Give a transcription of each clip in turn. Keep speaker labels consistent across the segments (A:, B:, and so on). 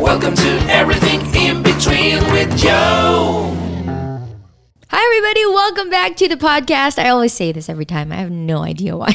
A: Welcome to Everything in Between with Joe.
B: Hi, everybody. Welcome back to the podcast. I always say this every time. I have no idea why.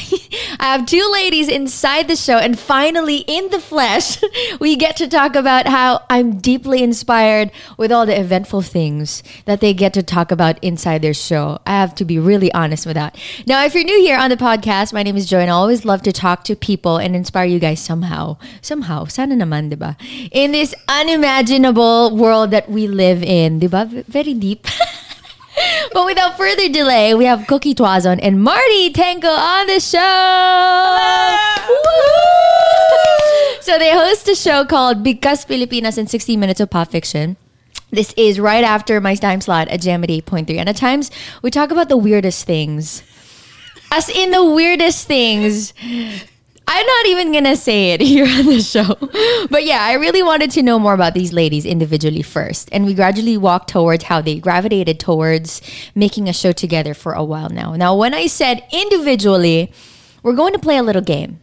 B: I have two ladies inside the show, and finally, in the flesh, we get to talk about how I'm deeply inspired with all the eventful things that they get to talk about inside their show. I have to be really honest with that. Now, if you're new here on the podcast, my name is Joy, and I always love to talk to people and inspire you guys somehow. Somehow. Sana naman, di ba? In this unimaginable world that we live in, di ba? V- Very deep. But without further delay, we have Cookie Twazon and Marty Tanko on the show. Woohoo! So they host a show called Because Pilipinas in 60 Minutes of Pop Fiction. This is right after my time slot at Jam at 8.3. And at times, we talk about the weirdest things. As in the weirdest things. I'm not even gonna say it here on the show. But yeah, I really wanted to know more about these ladies individually first. And we gradually walked towards how they gravitated towards making a show together for a while now. Now, when I said individually, we're going to play a little game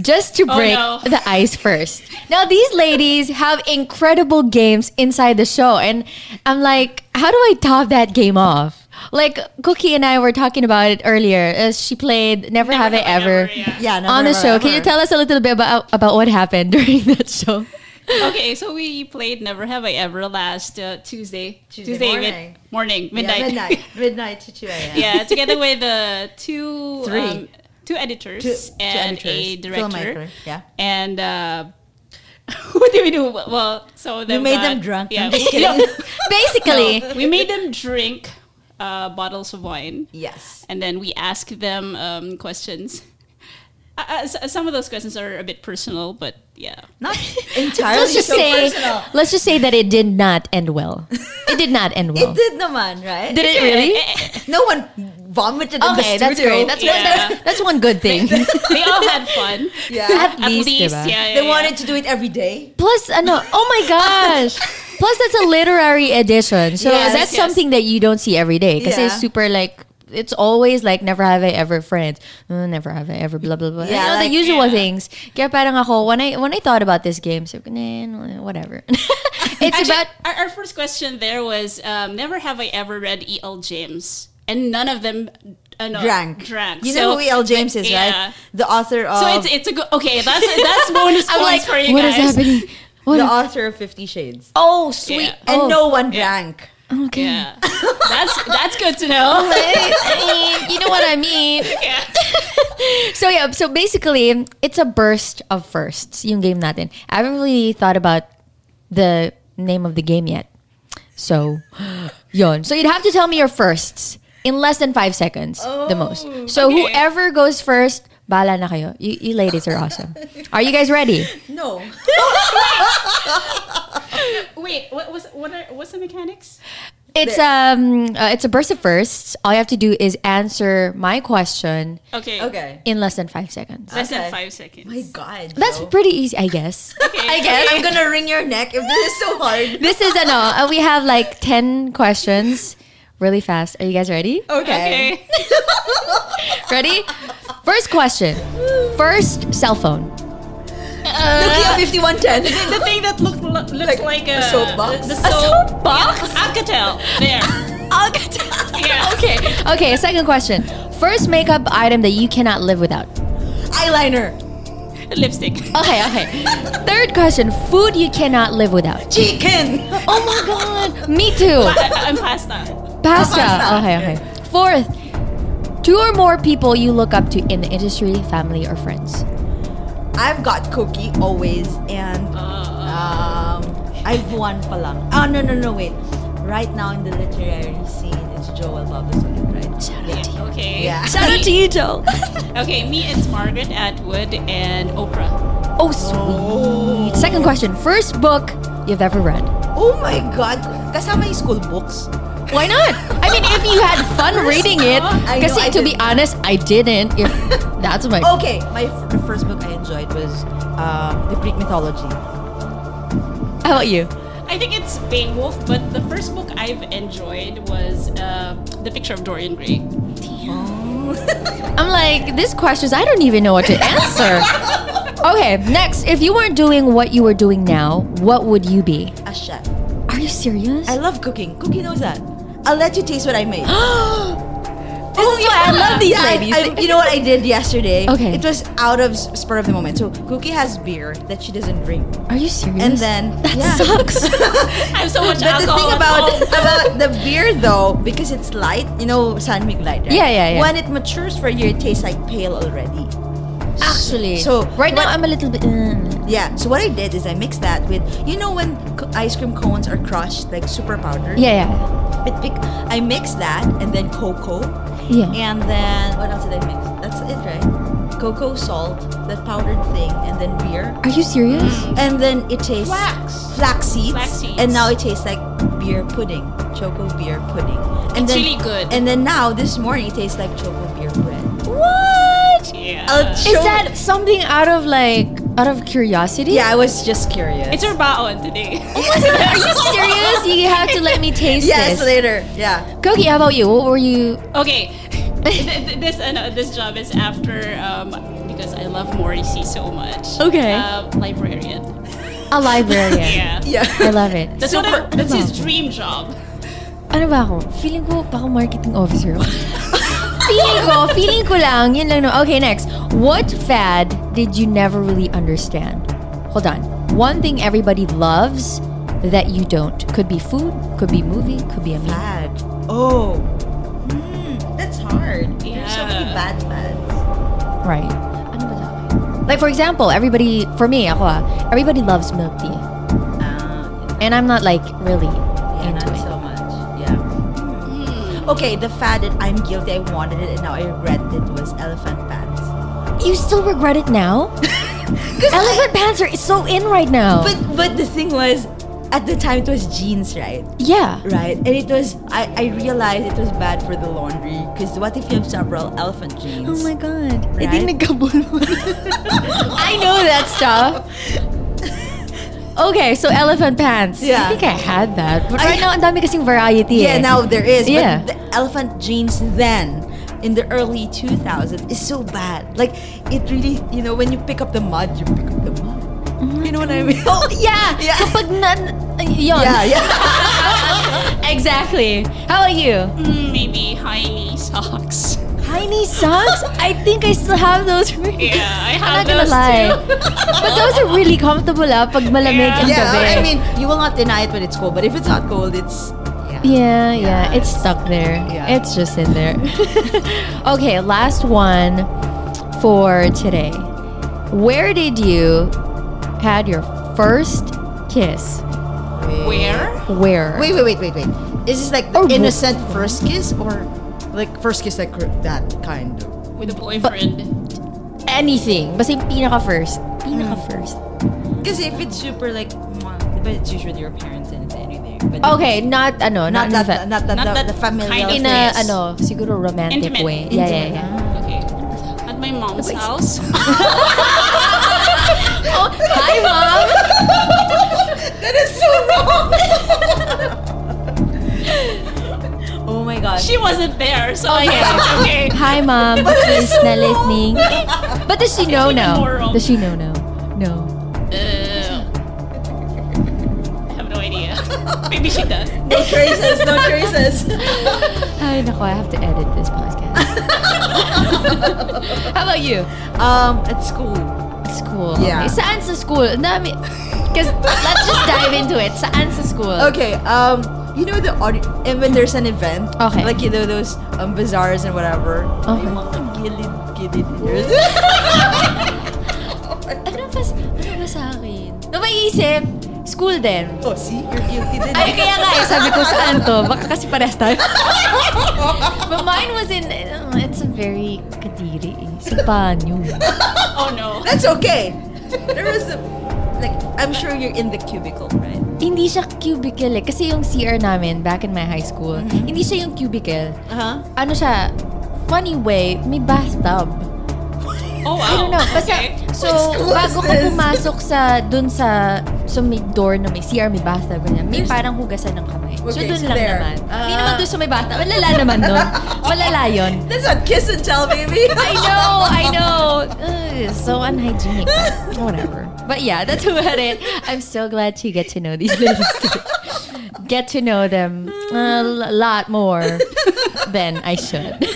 B: just to break
C: no.
B: the ice first. Now, these ladies have incredible games inside the show. And I'm like, how do I top that game off? Like Cookie and I were talking about it earlier. Uh, she played Never, Have, I
C: Have I
B: Ever.
C: Ever, yeah.
D: Yeah, never,
B: on the
D: ever,
B: show. Can
D: ever.
B: you tell us a little bit about about what happened during that show?
C: okay, so we played Never Have I Ever last uh, Tuesday.
D: Tuesday morning.
C: mid- morning, midnight.
D: Yeah, midnight, midnight to two a.m.
C: yeah, together with uh, two
D: Three.
C: um, two editors
D: Two- two
C: and a
D: editors,
C: director.
D: filmmaker, yeah.
C: And uh, what do we do? Well, so
D: We
C: they
D: made
C: got-
D: them drunk.
C: Yeah,
D: I'm just
C: we,
D: kidding.
B: Basically,
C: we made them drink uh, bottles of wine,
D: yes.
C: and then we asked them um, questions. Uh, uh, s- some of those questions are a bit personal, but yeah.
D: Not entirely
B: let's just
D: so
B: say
D: personal.
B: let's just say that it did not end well. It did not end well.
D: It did naman, right?
B: Did it really?
D: No one vomited in the
B: Okay,
D: studio.
B: that's great. That's,
C: Yeah.
B: that's that's one good thing.
C: they all had fun.
D: yeah.
C: At least, yeah, yeah,
D: They
C: yeah.
D: wanted to do it every day.
B: Plus, uh, no, oh my gosh. Plus, that's a literary edition. So
D: Yes,
B: that's
C: yes.
B: something that you don't see every day because
D: Yeah.
B: it's super like. It's always like never have I ever friends, Uh, never have I ever blah blah blah. you
D: Yeah,
B: know,
D: like-
B: the usual
C: yeah.
B: things. Kaya parang ako when I when I thought about this game, so nah, whatever. it's
C: Actually,
B: about
C: our, our first question there was um, never have I ever read E.L. James, and none of them uh, no,
D: Drank.
C: Drank.
D: You
C: So-
D: know who E.L. James is,
C: yeah.
D: right? The author of
C: So it's it's a good okay. That's that's bonus
B: I'm like
C: points for you
B: what is
C: guys.
B: happening? What?
D: the author of Fifty Shades.
B: oh sweet.
C: Yeah.
B: Oh,
D: And no one
C: Yeah.
D: drank.
B: okay.
C: Yeah, that's that's good to
D: Oh
C: know.
B: I mean, you know what I mean.
C: yeah.
B: So yeah, so basically, it's a burst of firsts. Yung game natin. I haven't really thought about the name of the game yet. So, yon. So you'd have to tell me your firsts in less than five seconds, the most. So
C: Oh, okay.
B: whoever goes first, bala na kayo. You, you ladies are awesome. Are you guys ready?
D: No.
C: Wait, what was what are what's the mechanics?
B: It's um, uh, it's a burst of firsts. All you have to do is answer my question
C: Okay,
D: Okay.
B: in less than five seconds.
C: Less than
D: Okay.
C: five seconds.
D: My God.
B: That's
D: Joe.
B: pretty easy, I guess.
C: Okay.
B: I guess.
D: I'm gonna wring your neck if this is so hard.
B: This is a no. Uh, we have like 10 questions really fast. Are you guys ready?
D: Okay.
C: Okay.
B: Ready? First question. First cell phone.
D: Nokia 5110.
C: The thing that looked lo- looks like,
D: Like
C: a,
D: a soapbox?
C: The, the
D: A
C: soap, box. Alcatel. There. Yeah.
B: Okay. Okay, second question. First makeup item that you cannot live without.
D: Eyeliner.
C: Lipstick.
B: Okay, okay. Third question. Food you cannot live without.
D: Chicken.
B: Oh my god. Me too.
C: I, I'm pasta.
B: Pasta.
D: Pasta.
B: Okay, okay. Fourth. Two or more people you look up to in the industry, family, or friends.
D: I've got cookie always and um, I've won pa lang. Oh, no, no, no, wait. Right now in the literary scene, it's Joel Babasolit, right?
C: Okay.
D: Yeah.
B: Shout out to you, Joel.
C: Okay, me it's Margaret Atwood and Oprah.
B: Oh, sweet. Second question. First book you've ever read.
D: Oh my God. Kasama yung school books.
B: Why not? I mean, if you had fun reading it.
D: I
B: Because
D: know, I
B: to be
D: didn't.
B: honest, I Oh. didn't. If that's my.
D: Okay, my f- the first book I enjoyed was um, The Greek Mythology.
B: How about you?
C: I think it's Beowulf, but the first book I've enjoyed was uh, The Picture of Dorian Gray. know.
B: I'm like, these questions, I don't even know what to answer. okay, next. If you weren't doing what you were doing now, what would you be?
D: A chef.
B: Are you serious?
D: I love cooking. Cookie knows that. I'll let you taste what I made.
B: oh, yeah. I love these
D: Yeah, I-
B: ladies.
D: I- you know what I did yesterday?
B: Okay.
D: It was out of s- spur of the moment. So Cookie has beer that she doesn't drink,
B: Are you serious?
D: and then
B: That
D: yeah.
B: sucks.
C: I have so much
D: But the
C: alcohol
D: thing
C: at
D: about
C: home.
D: about the beer though, because it's light, you know, San Miguel light, right?
B: Yeah, yeah, yeah.
D: When it matures for you, it tastes like pale already.
B: Actually,
D: So,
B: right now
D: what-
B: I'm a little bit. mm.
D: Yeah. So what I did is I mixed that with, you know, when co- ice cream cones are crushed like super powder.
B: yeah,
D: It pic- I mixed that and then cocoa,
B: yeah, yeah.
D: and then what else did I mix? That's it, right? Cocoa, salt, that powdered thing, and then beer,
B: Are you serious?
D: and then it tastes
C: Wax.
D: flax seeds,
C: Flax seeds.
D: and now it tastes like beer pudding, choco beer pudding. And
C: It's
D: then,
C: really good.
D: And then now this morning it tastes like choco beer bread.
B: What?
C: Yeah.
D: I'll
B: Is
D: show-
B: that something out of like out of curiosity? Oh
D: Yeah, I was just curious.
C: it's her baon today.
B: Are you serious? You have to let me taste
D: yes,
B: this.
D: later. Yeah.
B: Koki, how about you? What were you?
C: Okay, Th- th- this uh, no, this job is after um, because I love Morrissey so much.
B: Okay.
C: uh, librarian.
B: A librarian.
C: Yeah,
B: I
D: Yeah.
B: love it.
C: That's what I,
B: Super-
C: that's his
B: Ano ba?
C: dream job.
B: Ano ba ako? Feeling ko baka marketing officer ako. feeling ko, feeling ko lang. Yun lang no. Okay, next. What fad did you never really understand? Hold on. One thing everybody loves that you don't. Could be food, could be movie, could be a meme.
D: Bad. Oh. Hmm, that's hard. There's so many
C: Yeah.
D: bad fads.
B: Right. Ano ba daw? Like for example, everybody, for me, ako ah, everybody loves milk tea.
D: Uh,
B: And I'm not like really
D: yeah,
B: into
D: not
B: it.
D: so much. Yeah. Hmm. Okay, the fad that I'm guilty, I wanted it, and now I regret it was elephant pants.
B: You still regret it now? Elephant pants are so in right now.
D: But but the thing was, at the time it was jeans, right?
B: yeah.
D: Right, and it was I, I realized it was bad for the laundry because what if you have several elephant jeans?
B: Oh my god.
D: Right?
B: Hindi nagkabulon. I know that stuff. Okay, so elephant pants.
D: Yeah.
B: I think I had that. But
D: I-
B: right now, ang dami kasing variety eh.
D: Yeah, now there is.
B: Yeah.
D: But the elephant jeans then in the early 2000s is so bad. Like it really, you know, when you pick up the mud, you pick up the mud. You know what I mean?
B: Oh, yeah.
D: Yeah.
B: Kapag na... Yun.
D: yeah, yeah.
B: Exactly. How about you?
C: Mm, maybe high knee socks.
B: Tiny socks? I think I still have those.
C: Yeah, I
B: I'm not
C: have
B: gonna
C: those
B: lie.
C: too.
B: but those are really comfortable ah, pag malamig
C: Yeah.
B: ang
D: yeah,
B: gabi.
D: I mean, you will not deny it when it's cold, but if it's not cold, it's yeah.
B: Yeah, yeah, it's stuck there.
D: Yeah.
B: It's just in there. okay, last one for today. Where did you had your first kiss?
C: Where?
B: Where?
D: Wait, wait, wait, wait, wait. Is this like the
B: Oh,
D: innocent first kiss or like first kiss like that kind of?
C: With a boyfriend.
B: Anything. Basta yung pinaka first. Pinaka
D: Hmm.
B: first.
D: Because if it's super like, but it's usually your parents and it's anything. But
B: Okay, not ano,
D: Oh, not
B: not, in,
D: that, not that,
C: Not
D: the,
C: that
D: the familial
C: kind of
B: in
D: thing.
B: a
C: Yes.
B: ano, siguro romantic
C: Intimate.
B: way. Yeah, yeah, yeah.
C: Okay. At my mom's house.
B: Oh, hi, mom.
D: That is so wrong. oh my gosh.
C: she wasn't there, so
B: Okay.
C: yeah, okay.
B: Hi, mom. Please, na listening. But does she know
C: even
B: now?
C: more wrong.
B: Does she know now? No.
C: Uh, I have no idea. Maybe she does.
D: No traces, no traces.
B: Ay, nako, I have to edit this podcast. How about you?
D: Um, at school.
B: School.
D: Yeah.
B: Okay. Saan sa school? Ang Dami. Because let's just dive into it. Saan sa school?
D: Okay, um, you know the audio, and when there's an event,
B: Okay.
D: like you know those um, bazaars and whatever.
B: Okay.
D: May mga gilid, gilid.
B: Ano ba, s- ano ba sa akin? No, maiisip. School din.
D: oh, see, you're guilty din.
B: Ay, kaya nga eh, sabi ko saan to. Baka kasi parehas tayo. But mine was in, uh, it's a very kadiri eh. Sa banyo.
C: Oh no.
D: That's okay. There was a, like, I'm sure you're in the cubicle, right?
B: Hindi siya cubicle eh. Kasi yung CR namin back in my high school, hindi siya yung cubicle.
D: Uh huh.
B: ano siya, funny way, may bathtub.
C: Oh, wow.
B: I don't know. Basta,
C: Okay.
B: so,
D: Let's close
B: bago ka
D: this.
B: pumasok sa, dun sa, sa may door na may CR, may bathtub, ganyan, may parang hugasan ng kamay. so,
D: Okay,
B: dun
D: so
B: lang
D: there.
B: naman. Hindi
D: Ah.
B: naman dun sa may bathtub. Malala naman dun. Malala yun.
D: That's not kiss and tell, baby.
B: I know, I know. Ugh, so unhygienic. Whatever. But yeah, that's about it. I'm so glad to get to know these ladies. get to know them a l- lot more than I should.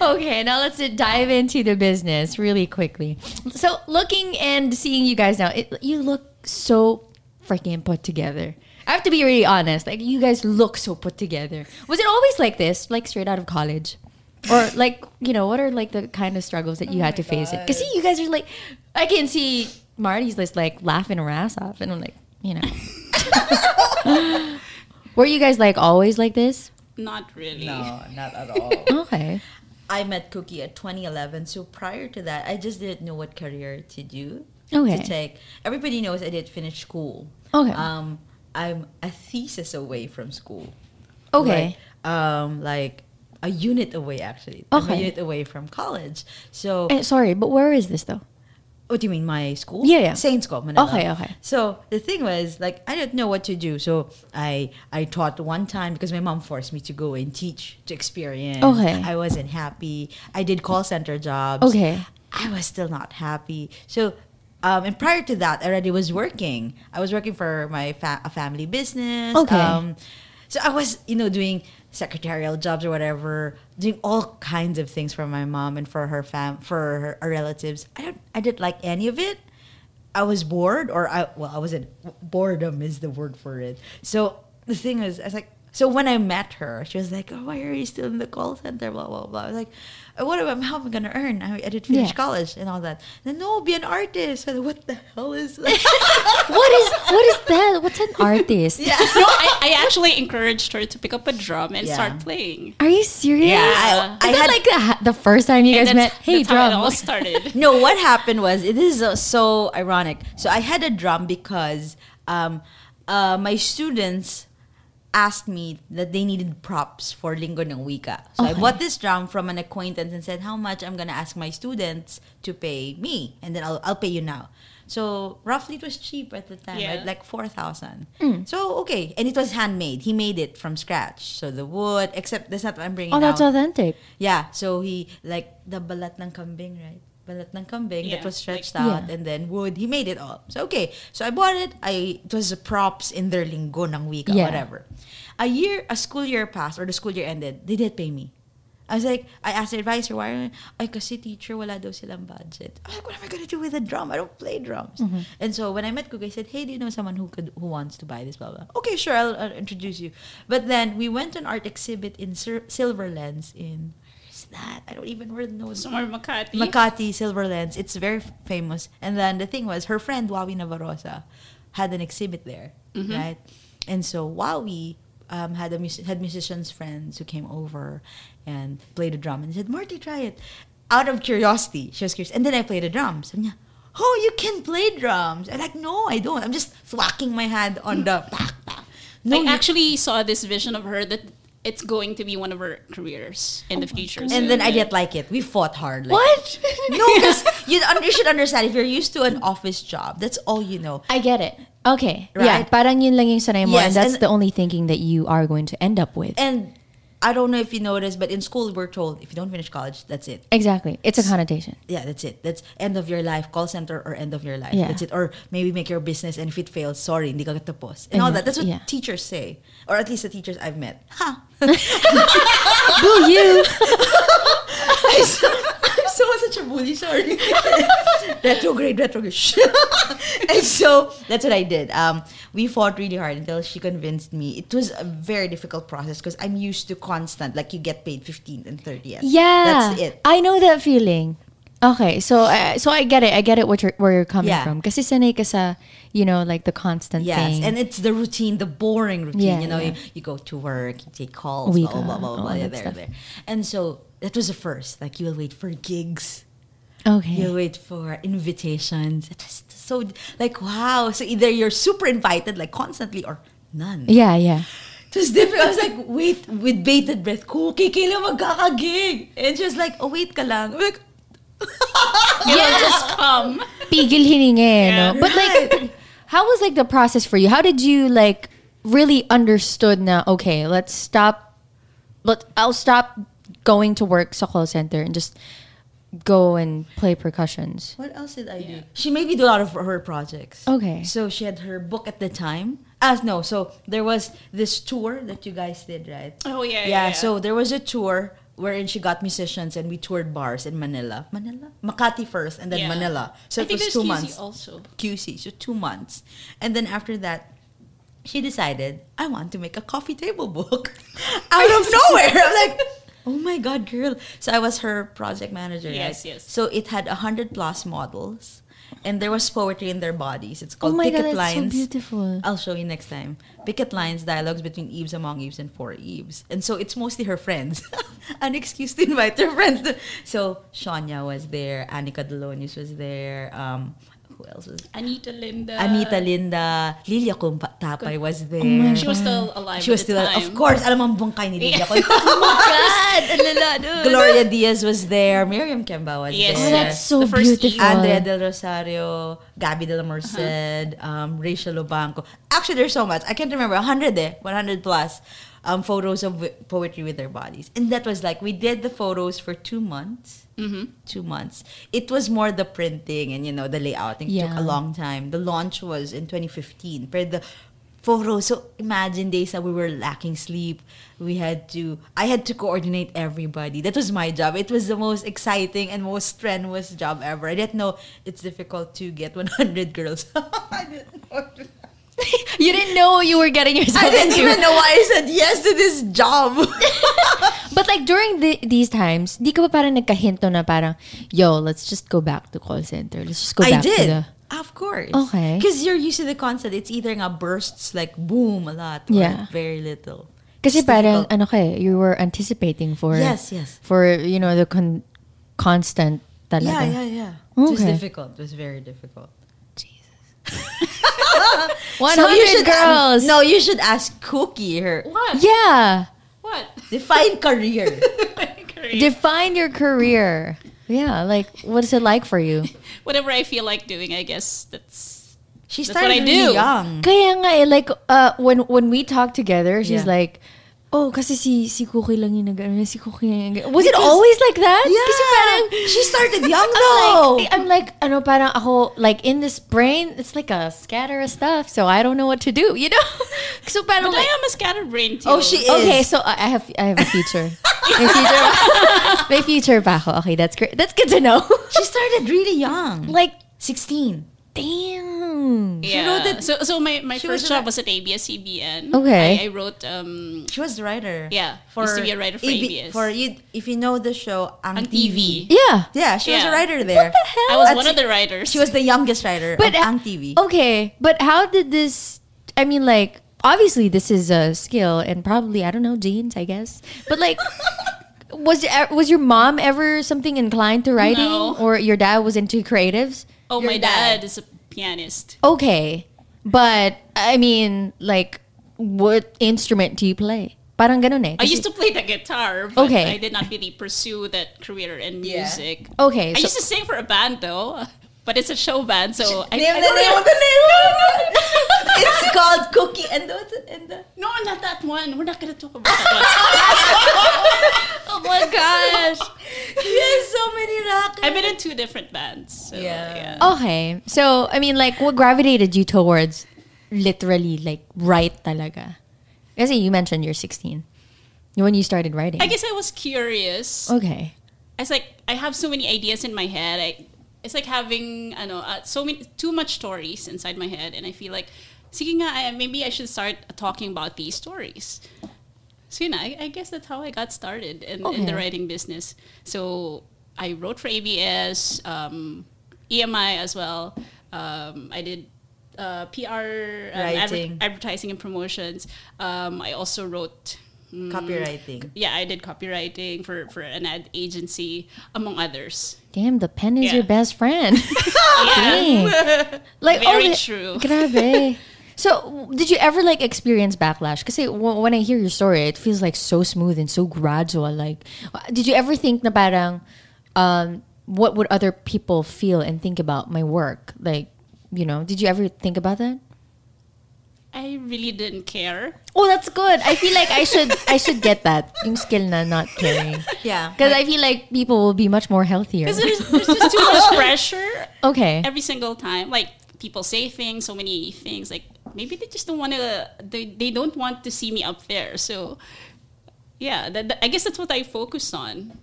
B: okay, now let's dive into the business really quickly. So, looking and seeing you guys now, it, you look so freaking put together. I have to be really honest. Like, you guys look so put together. Was it always like this, like straight out of college? Or, like, you know, what are like the kind of struggles that you had to face it? Because, see, you guys are like, I can see Marty's just like laughing her ass off. And I'm like, you know. Were you guys like always like this?
C: Not really.
D: No, not at all.
B: Okay.
D: I met Cookie at 2011. So prior to that, I just didn't know what career to do.
B: Okay.
D: To take. Everybody knows I did finish school.
B: Okay.
D: Um, I'm a thesis away from school.
B: Okay.
D: Like, um, like a unit away actually. I'm a
B: Okay.
D: unit away from college. So
B: Eh, sorry, but where is this though?
D: What do you mean, my school?
B: Yeah, yeah.
D: Saint School, Manila.
B: Okay, okay.
D: So the thing was, like, I didn't know what to do. So I I taught one time because my mom forced me to go and teach to experience.
B: Okay.
D: I wasn't happy. I did call center jobs.
B: Okay.
D: I was still not happy. So. Um, and prior to that, I already was working. I was working for my fa- a family business.
B: Okay.
D: Um, so I was, you know, doing secretarial jobs or whatever, doing all kinds of things for my mom and for her fam for her, her relatives. I don't I didn't like any of it. I was bored or I well, I wasn't boredom is the word for it. So the thing is I was like so when I met her, she was like, "Oh, why are you still in the call center?" Blah blah blah. I was like, "Uh, "What am I? How am I gonna earn? I, I did finish
B: Yeah.
D: college and all that." And then, no, be an artist. I was like, "What the hell is that?"
B: What is what is that? What's an artist?
C: No, I, I actually encouraged her to pick up a drum and
D: Yeah.
C: start playing.
B: Are you serious?
D: Yeah, I-
B: is
D: I
B: that
D: had-
B: like the, ha- the first time you guys
C: That's,
B: met? Hey,
C: that's how it
B: drum.
C: all started.
D: no, what happened was it is uh, so ironic. So I had a drum because um, uh, my students asked me that they needed props for Linggo ng Wika. So I
B: Okay.
D: bought this drum from an acquaintance and said, "How much I'm gonna ask my students to pay me, and then I'll I'll pay you now." So roughly it was cheap at the time,
C: Yeah.
D: right? Like four thousand.
B: Mm.
D: So okay, and it was handmade. He made it from scratch. So the wood, except that's not what I'm bringing.
B: Oh, that's
D: now.
B: authentic.
D: Yeah, so he like the balat ng kambing, right? Balat ng kambing that
C: Yeah,
D: was stretched
B: like-
D: out
B: Yeah.
D: and then wood. He made it all. So okay, so I bought it. I it was props in their linggo ng wika,
B: Yeah.
D: whatever. A year, a school year passed or the school year ended. They didn't pay me. I was like, I asked the advisor, why aren't ay kasi teacher, wala daw silang budget. I'm like, what am I gonna do with a drum? I don't play drums. And so when I met Cook, I said, hey, do you know someone who could who wants to buy this? Blah blah. Okay, sure, I'll, I'll introduce you. But then we went to an art exhibit in Sir- Silver Lens in where's that? I don't even really know.
C: Somewhere in Makati.
D: Makati, Silver Lens. It's very f- famous. And then the thing was, her friend Wawi Navarosa had an exhibit there,
C: Mm-hmm.
D: right? And so Wawi um, had a mus- had musicians friends who came over and played a drum and said, "Marty, try it." Out of curiosity, she was curious. And then I played a drum. So yeah. Oh, you can play drums. I'm like, no, I don't. I'm just thwacking my hand on the back, back. No,
C: I
D: you-
C: actually saw this vision of her that it's going to be one of her careers in the
B: Oh
C: future. so-
D: and then I didn't like it. We fought hard. Like,
B: What?
D: No, because you, un- you should understand if you're used to an office job, that's all you know.
B: I get it. Okay. Yeah,
D: Right?
B: parang yun lang yung sanay mo, and
D: Yes,
B: that's
D: and-
B: the only thinking that you are going to end up with.
D: And I don't know if you noticed, but in school we're told if you don't finish college, that's it.
B: exactly. It's a connotation.
D: Yeah, that's it. That's end of your life, call center or end of your life.
B: Yeah.
D: That's it. Or maybe make your business and if it fails, sorry, hindi ka tapos. And all that. That's what
B: Yeah.
D: teachers say. Or at least the teachers I've met. Ha!
B: Boo you!
D: I'm so such a bully, sorry. retrograde, retrograde. and so that's what I did. Um, we fought really hard until she convinced me. It was a very difficult process because I'm used to constant, like you get paid 15th and 30th.
B: Yeah,
D: That's it.
B: I know that feeling. Okay, so uh, so I get it. I get it. What you're where you're coming
D: Yeah.
B: from? Kasi sanay ka sa you know like the constant
D: Yes,
B: thing.
D: and it's the routine, the boring routine.
B: Yeah,
D: you know,
B: yeah.
D: you, you go to work, you take calls,
B: We
D: blah, blah,
B: go,
D: blah, blah,
B: all
D: blah, yeah,
B: that
D: there,
B: stuff.
D: there. And so that was the first. Like, you will wait for gigs, you
B: okay.
D: wait for invitations. It was so, like, wow. So either you're super invited, like, constantly, or none.
B: Yeah, yeah.
D: Tapos Dippy, I was like, wait, with bated breath, Cookie, kailan magkakagig? And she was like, oh, wait ka lang. I'm like,
C: It'll just come.
B: Pigil hininga, eh,
C: Yeah.
B: no? But like, how was like the process for you? How did you like really understood na, okay, let's stop, but I'll stop going to work sa call center and just go and play percussions.
D: What else did I do? She made me do a lot of her projects.
B: Okay.
D: So she had her book at the time. As no, so there was this tour that you guys did, right?
C: Oh, yeah, yeah, yeah.
D: So there was a tour wherein she got musicians and we toured bars in Manila. Manila? Makati first and then
C: Yeah.
D: Manila. So
C: I
D: it
C: think
D: was
C: there's
D: two
C: QC
D: months.
C: also.
D: QC, so two months. And then after that, she decided, I want to make a coffee table book out of nowhere. I'm like, oh my God, girl. So I was her project manager. right?
C: Yes, yes.
D: So it had 100 plus models. And there was poetry in their bodies. It's
B: Oh
D: called
B: my
D: Picket
B: God, that's so
D: Lines.
B: beautiful.
D: I'll show you next time. Picket Lines, dialogues between Eves, among Eves, and for Eves. And so it's mostly her friends. An excuse to invite her friends. to- So Shania was there, Annika Delonius was there, um, who else was
C: Anita Linda.
D: Anita Linda, Lilia Kumpa Tapay was there.
C: She was still alive.
D: She was
C: at
D: still,
C: the
D: of
C: time. Oh
D: course, alam ang bungkay ni Lilia Kumpa.
B: God, ang lala nun.
D: Gloria Diaz was there, Miriam Kemba was
C: Yes.
B: Oh,
D: there.
B: that's so
C: The first
B: beautiful.
C: Eve.
D: Andrea Del Rosario, Gabby De La Merced, um, Rachel Lobanco. Actually, there's so much. I can't remember. 100 eh. 100 plus um, photos of wi- poetry with their bodies. And that was like, we did the photos for two months. Mm-hmm. Two months. It was more the printing and, you know, the layout. It took
B: Yeah.
D: a long time. The launch was in 2015. But the photos, so imagine days that we were lacking sleep. We had to, I had to coordinate everybody. That was my job. It was the most exciting and most strenuous job ever. I didn't know it's difficult to get 100 girls. I didn't know.
B: you didn't know what you were getting yourself
D: I didn't
B: into.
D: even know why I said yes to this job.
B: But like during the, these times, di ka ba parang nagkahinto na parang, yo, let's just go back to call center. Let's just go
D: I
B: back to
D: did.
B: the...
D: Of course.
B: Okay.
D: Because you're used to the concept. It's either nga bursts like boom a lot or
B: Yeah.
D: very little.
B: Kasi
D: It's
B: parang
D: difficult.
B: ano ka eh, you were anticipating for
D: Yes, yes.
B: for you know the con- constant
D: Yeah,
B: talaga.
D: yeah, yeah. It was
B: Okay.
D: difficult. It was very difficult.
B: 100
D: So you should
B: girls.
D: ask- no, you should ask Cookie her
C: What?
B: Yeah.
C: What?
D: define career.
B: Define your career. Yeah, like what is it like for you?
C: Whatever I feel like doing, I guess that's.
D: She
C: That's
D: started
C: what I
D: really
C: do.
D: young.
B: Kaya nga eh, like uh, when when we talk together, she's
D: Yeah.
B: like Oh, kasi si, si Cookie lang yung nag-ano, si Cookie lang yung nag- Was it
D: Because-
B: always like that? Kasi parang,
D: Yeah. She started young
B: I'm
D: though.
B: like, I'm like, ano, parang ako, like, in this brain, it's like a scatter of stuff, so I don't know what to do, you know? so parang
C: But I
B: like,
C: am a scatterbrain too.
D: oh, she is.
B: Okay, so I I have I have a future. May future pa. May future pa ako. Okay, that's great. That's good to know.
D: she started really young.
B: like,
D: 16.
B: damn.
C: Yeah.
D: wrote it-
C: so, so my, my
D: she
C: first
D: was
C: job
D: a-
C: was at ABS-CBN.
B: Okay.
C: I, I wrote um,
D: She was a writer.
C: Yeah, used to be a writer for
D: AB
C: ABS.
D: For you, if you know the show on,
C: on TV.
B: Yeah.
D: Yeah, she was
C: Yeah.
D: a writer there.
B: the hell?
C: I was
D: Mm. That's-
C: one of the writers.
D: She was the youngest writer
B: But uh, oh.
D: of Ang TV.
B: Okay, but how did this? I mean, like, obviously, this is a skill, and probably I don't know genes, I guess. But like, was was your mom ever something inclined to writing,
C: No.
B: or your dad was into creatives?
C: Oh,
D: Your
C: my dad.
D: dad.
C: is a pianist.
B: Okay, but I mean, like, what instrument do you play? Parang ganun eh.
C: I
B: Kasi-
C: used to play the guitar, but
B: Okay.
C: I did not really pursue that career in
D: Yeah.
C: music.
B: Okay,
C: I
B: so-
C: used to sing for a band though, but it's a show band, so I,
D: Name
C: I
D: the
C: don't
D: name
C: know.
D: of the name. it's called Cookie and the, and the
C: No, not that one. We're not gonna talk about that
B: Oh my gosh.
D: She has so many
C: one.
D: rockers.
C: I've been in two different bands. So,
D: Yeah.
C: yeah.
B: Okay. So, I mean, like, what gravitated you towards literally, like, right talaga? Kasi you mentioned you're 16 when you started writing.
C: I guess I was curious.
B: Okay.
C: I was like, I have so many ideas in my head. I, it's like having, I know, uh, so many, too much stories inside my head, and I feel like, sige nga, I, maybe I should start talking about these stories. So you know, I, I guess that's how I got started in, in the
B: Okay.
C: writing business. So I wrote for ABS, um, EMI as well. Um, I did uh, PR, um, adver-
D: Writing.
C: advertising, and promotions. Um, I also wrote hmm, Mm.
D: Copywriting.
C: yeah, I did copywriting for, for an ad agency, among others.
B: Damn, the pen is
C: Yeah.
B: your best friend.
C: Yeah,
B: Dang. Like,
C: very
B: the-
C: true.
B: Grabe. So, did you ever like experience backlash? Because when I hear your story, it feels like so smooth and so gradual. Like, did you ever think na parang, um, what would other people feel and think about my work? Like, you know, did you ever think about that?
C: I really didn't care.
B: Oh, that's good. I feel like I should I should get that. Yung skill na not caring.
D: Yeah.
B: Because I feel like people will be much more healthier.
C: Because there's, there's just too much pressure
B: Okay.
C: every single time. Like people say things, so many things. Like maybe they just don't want to. They, they don't want to see me up there. So yeah, that, that- I guess that's what I focus on.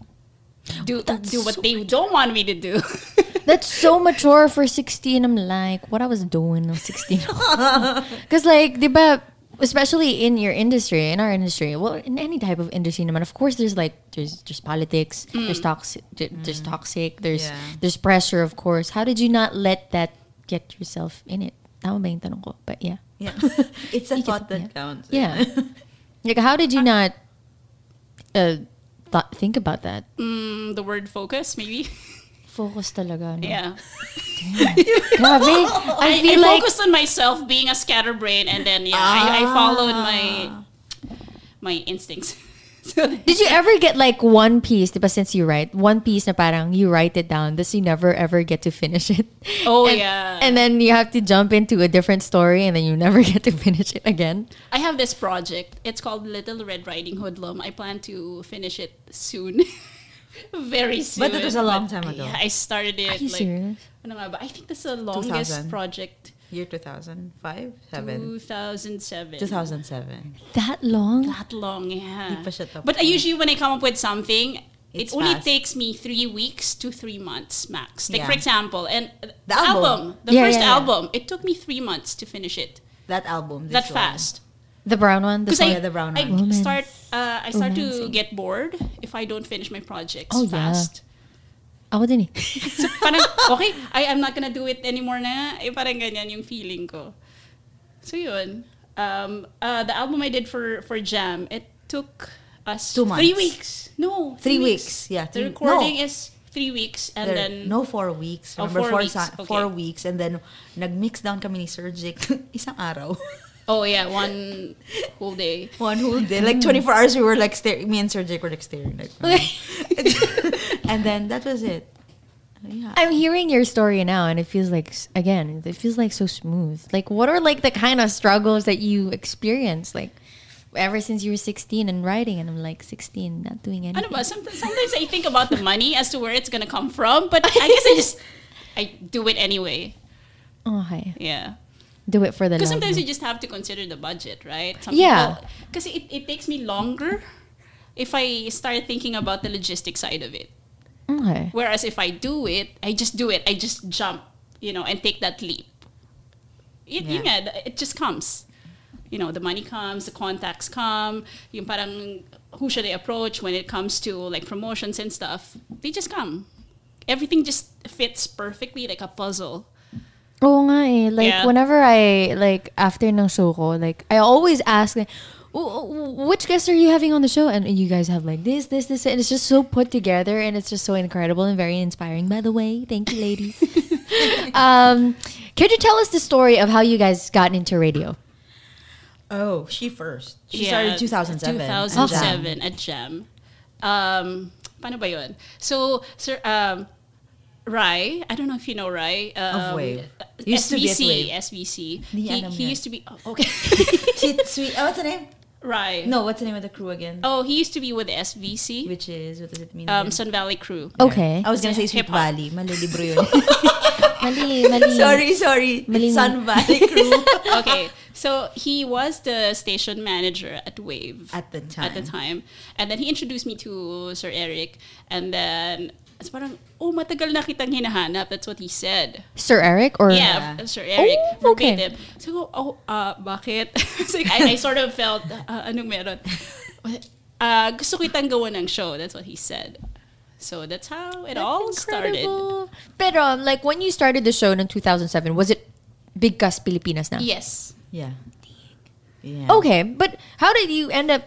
C: Do do what they don't want me to do.
B: That's so mature for 16. I'm like, what I was doing when I was 16. Because like, di ba, especially in your industry, in our industry, well, in any type of industry naman, of course, there's like, there's, there's politics,
C: Mm.
B: there's, toxic, there's toxic, there's,
D: Yeah.
B: there's pressure, of course. How did you not let that get yourself in it? Tama ba yung tanong ko? But yeah.
D: Yeah. It's a
B: You
D: thought
B: can-
D: that counts.
B: Yeah. Like, how did you
C: Ah.
B: not uh, th- think about that?
C: Mm, the word focus, maybe.
B: Focus talaga. No?
C: Yeah,
B: Grabe. I
C: I, I
B: feel like...
C: focused on myself being a scatterbrain, and then yeah, I, I followed my my instincts. so
B: Did you ever get like one piece, diba, since you write, one piece na parang you write it down, thus you never ever get to finish it?
C: Oh,
B: And-
C: yeah.
B: And then you have to jump into a different story and then you never get to finish it again.
C: I have this project. It's called Little Red Riding Hoodlum. I plan to finish it soon. Very soon.
D: But that was a long time ago.
C: Yeah, I started it.
B: Are you
C: like,
B: serious?
C: Ano nga ba? I think that's the longest
D: 2000.
C: project.
D: Year 2005, 7,
C: 2007.
D: 2007.
B: That long?
C: That long, yeah.
D: Di pa siya tapos.
C: But I usually, when I come up with something,
D: It's
C: it only
D: fast.
C: takes me three weeks to three months max. Like, for
D: Yeah.
C: example, and the,
D: The album.
C: the
B: Yeah,
C: first
B: yeah, yeah.
C: album, it took me three months to finish it.
D: That album. this
C: that
D: one.
C: fast.
B: The brown one? The
C: Because I,
B: song-
D: yeah, the brown
C: I
D: one.
B: Romance.
C: start, uh, I start to
B: Romancing.
C: get bored if I don't finish my projects
B: Oh, yeah.
C: fast.
B: Ako din eh.
C: So parang, okay, I am not gonna do it anymore na. Eh, parang ganyan yung feeling ko. So yun. Um, uh, the album I did for, for Jam, it took us
D: Two
C: three
D: months.
C: weeks. No,
D: Three weeks, yeah,
C: The
D: three-
C: recording
D: no.
C: is three weeks and
D: There-
C: then...
D: no, four weeks.
C: Oh,
D: Remember,
C: four
D: four,
C: weeks,
D: sa-
C: okay.
D: four weeks. And then, nag-mix down kami ni Sir Jake isang araw.
C: Oh yeah, one whole day.
D: One whole day. Like, 24 hours, we were like staring. Me and Sir Jake were like staring. Like, and then, that was it. Yeah.
B: I'm hearing your story now and it feels like, s- again, it feels like so smooth. Like, what are like the kind of struggles that you experience? Like, ever since you were 16 and writing and I'm like 16, not doing anything.
C: Ano ba, sometimes, sometimes I think about the money as to where it's gonna come from, but I guess I just... I do it anyway.
B: Oh, hi.
C: Yeah.
B: Do it for the
C: Because
B: love.
C: sometimes you just have to consider the budget, right? Some
B: Yeah.
C: Because it, it takes me longer if I start thinking about the logistic side of it.
B: Okay.
C: Whereas if I do it, I just do it. I just jump, you know, and take that leap. It, yeah.
D: Yeah.
C: it just comes. You know, the money comes, the contacts come. Yung parang who should I approach when it comes to like promotions and stuff? They just come. Everything just fits perfectly like a puzzle.
B: Oo nga eh. Like,
C: Yeah.
B: whenever I, like, after ng show ko, like, I always ask, like, "Wh- which guests are you having on the show? And you guys have, like, this, this, this. And it's just so put together and it's just so incredible and very inspiring. By the way, thank you, ladies. um, could you tell us the story of how you guys got into radio?
D: Oh, she first. She
C: Yeah,
D: started 2007.
C: 2007 at Gem. Um, paano ba yun? So, sir, um, Rai, I don't know if you know Rai. Um,
D: Wave. Used
C: Used
D: to be
C: SVC,
D: at Wave.
C: SVC.
D: Hindi
C: He,
D: alam
C: he
D: yan.
C: used to be, oh, okay.
D: She- sweet. Oh, what's the name?
C: Rai.
D: No, what's the name of the crew again?
C: Oh, he used to be with SVC,
D: Which is, what does it mean?
C: um,
D: again?
C: Sun Valley Crew.
B: Okay.
C: Oh.
D: I was gonna say Sweet
C: Hip-hop.
D: Valley. Malilibro yun.
B: Mali, mali.
D: sorry, sorry.
B: Mali-
D: Sun Valley crew.
C: okay, so he was the station manager at Wave.
D: At the time.
C: At the time. And then he introduced me to Sir Eric. And then, it's parang, oh, matagal na kitang hinahanap. That's what he said.
B: Sir Eric or?
C: Yeah,
D: Yeah.
C: f- Sir Eric.
B: Oh, okay.
C: okay. Verbatim. So, ko, oh, uh, bakit? so, I, I sort of felt, uh, anong meron? Uh, gusto kitang gawa ng show. That's what he said. So, that's how it all started.
B: Incredible. Pero, um, like, when you started the show in 2007, was it Big Gus Pilipinas na?
C: Yes.
D: yeah. Yeah.
B: Okay, but how did you end up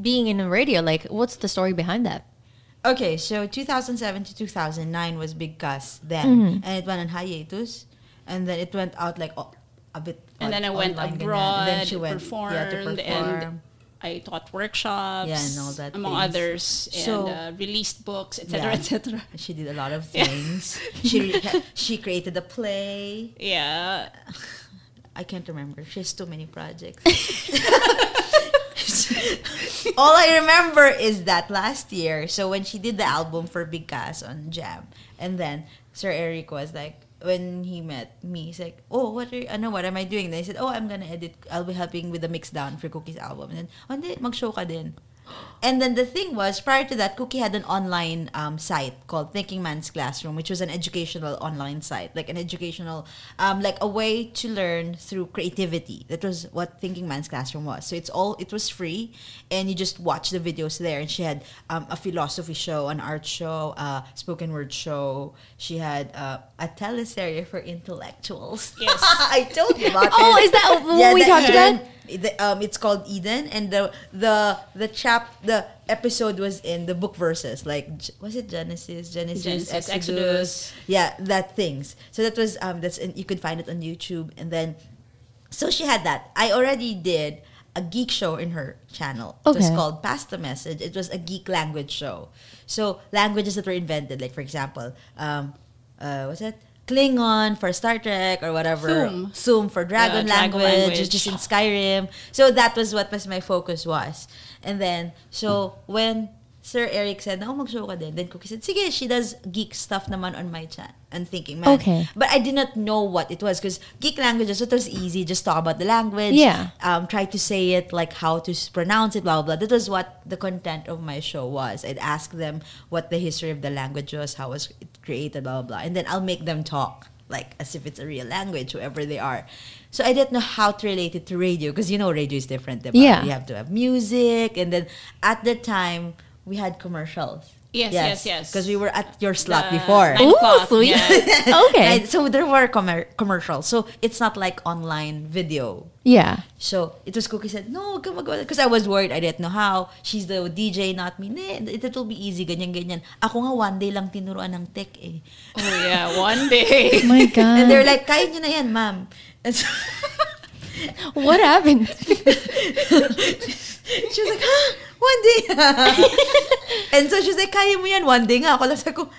B: being in the radio? Like, what's the story behind that?
D: Okay, so 2007 to
B: Mm-hmm.
D: 2009 was Big Gus then. And it went on hiatus. And then it went out like o- a bit.
C: And then I
D: on-
C: went
D: online, ganyan.
C: abroad,
D: then she went,
C: performed,
D: yeah, to perform.
C: and I taught workshops,
D: Yeah, and all that
C: among
D: things.
C: others, and
D: So-
C: uh, released books, etc.,
D: Yeah.
C: etc.
D: she did a lot of things. she she created a play.
C: Yeah,
D: I can't remember. She has too many projects. All I remember is that last year, so when she did the album for Big Cass on Jam, and then Sir Eric was like, when he met me, he's like, "Oh, what are you, ano, what am I doing?" Then I said, "Oh, I'm gonna edit. I'll be helping with the mix down for Cookie's album." And then, "Oh, hindi, mag-show ka din." And then the thing was, prior to that, Cookie had an online um, site called Thinking Man's Classroom, which was an educational online site, like an educational, um, like a way to learn through creativity. That was what Thinking Man's Classroom was. So it's all it was free, and you just watch the videos there. And she had um, a philosophy show, an art show, a spoken word show. She had uh, a teleserie for intellectuals.
C: Yes.
D: I told you about
B: Oh,
D: it.
B: is that what we
D: the
B: talked about?
D: Eden- the, um, it's called Eden, and the the the chap the episode was in the book verses. Like, G- was it Genesis, Genesis,
C: Genesis, Exodus.
D: Exodus, yeah, that things. So that was um, that's and you can find it on YouTube, and then so she had that. I already did a geek show in her channel. It was
B: Okay.
D: called Pass the Message. It was a geek language show. So languages that were invented, like for example, um, uh, was it? Klingon for Star Trek or whatever.
C: Thum.
D: Thum for Dragon
C: Yeah, Dragon
D: language,
C: language.
D: It's just in Skyrim. So that was what was my focus was. And then, so when Sir Eric said, oh, mag-show ka din. Then Cookie said, sige, she does geek stuff naman on my chat. And thinking, man.
B: Okay.
D: But I did not know what it was because geek languages, it was easy. Just talk about the language.
B: Yeah.
D: Um, try to say it, like how to s- pronounce it, blah, blah, blah. That was what the content of my show was. I'd ask them what the history of the language was, how was it created, blah, blah, blah. And then I'll make them talk, like as if it's a real language, whoever they are. So I didn't know how to relate it to radio because you know radio is different. diba?
B: Yeah.
D: You have to have music. And then at the time, we had commercials.
C: Yes, yes, yes.
D: Because we were at your slot
C: The uh,
D: before.
C: nine
B: Ooh,
C: o'clock,
B: sweet.
C: yeah.
B: Oh, Okay.
D: And so there were commer- commercials. So it's not like online video.
B: yeah.
D: So it was Cookie said, no, come on, Because I was worried. I didn't know how. She's the DJ, not me. Ne, it, it'll be easy, ganyan, ganyan. Ako nga, one day lang tinuruan ng tech eh.
C: Oh yeah, one day.
B: My God.
D: And they're like, kaya nyo na yan, ma'am. And so,
B: what happened?
D: she was like, huh? One day. and so she's like, kaya mo yan, one day nga. Ako lang sa ko,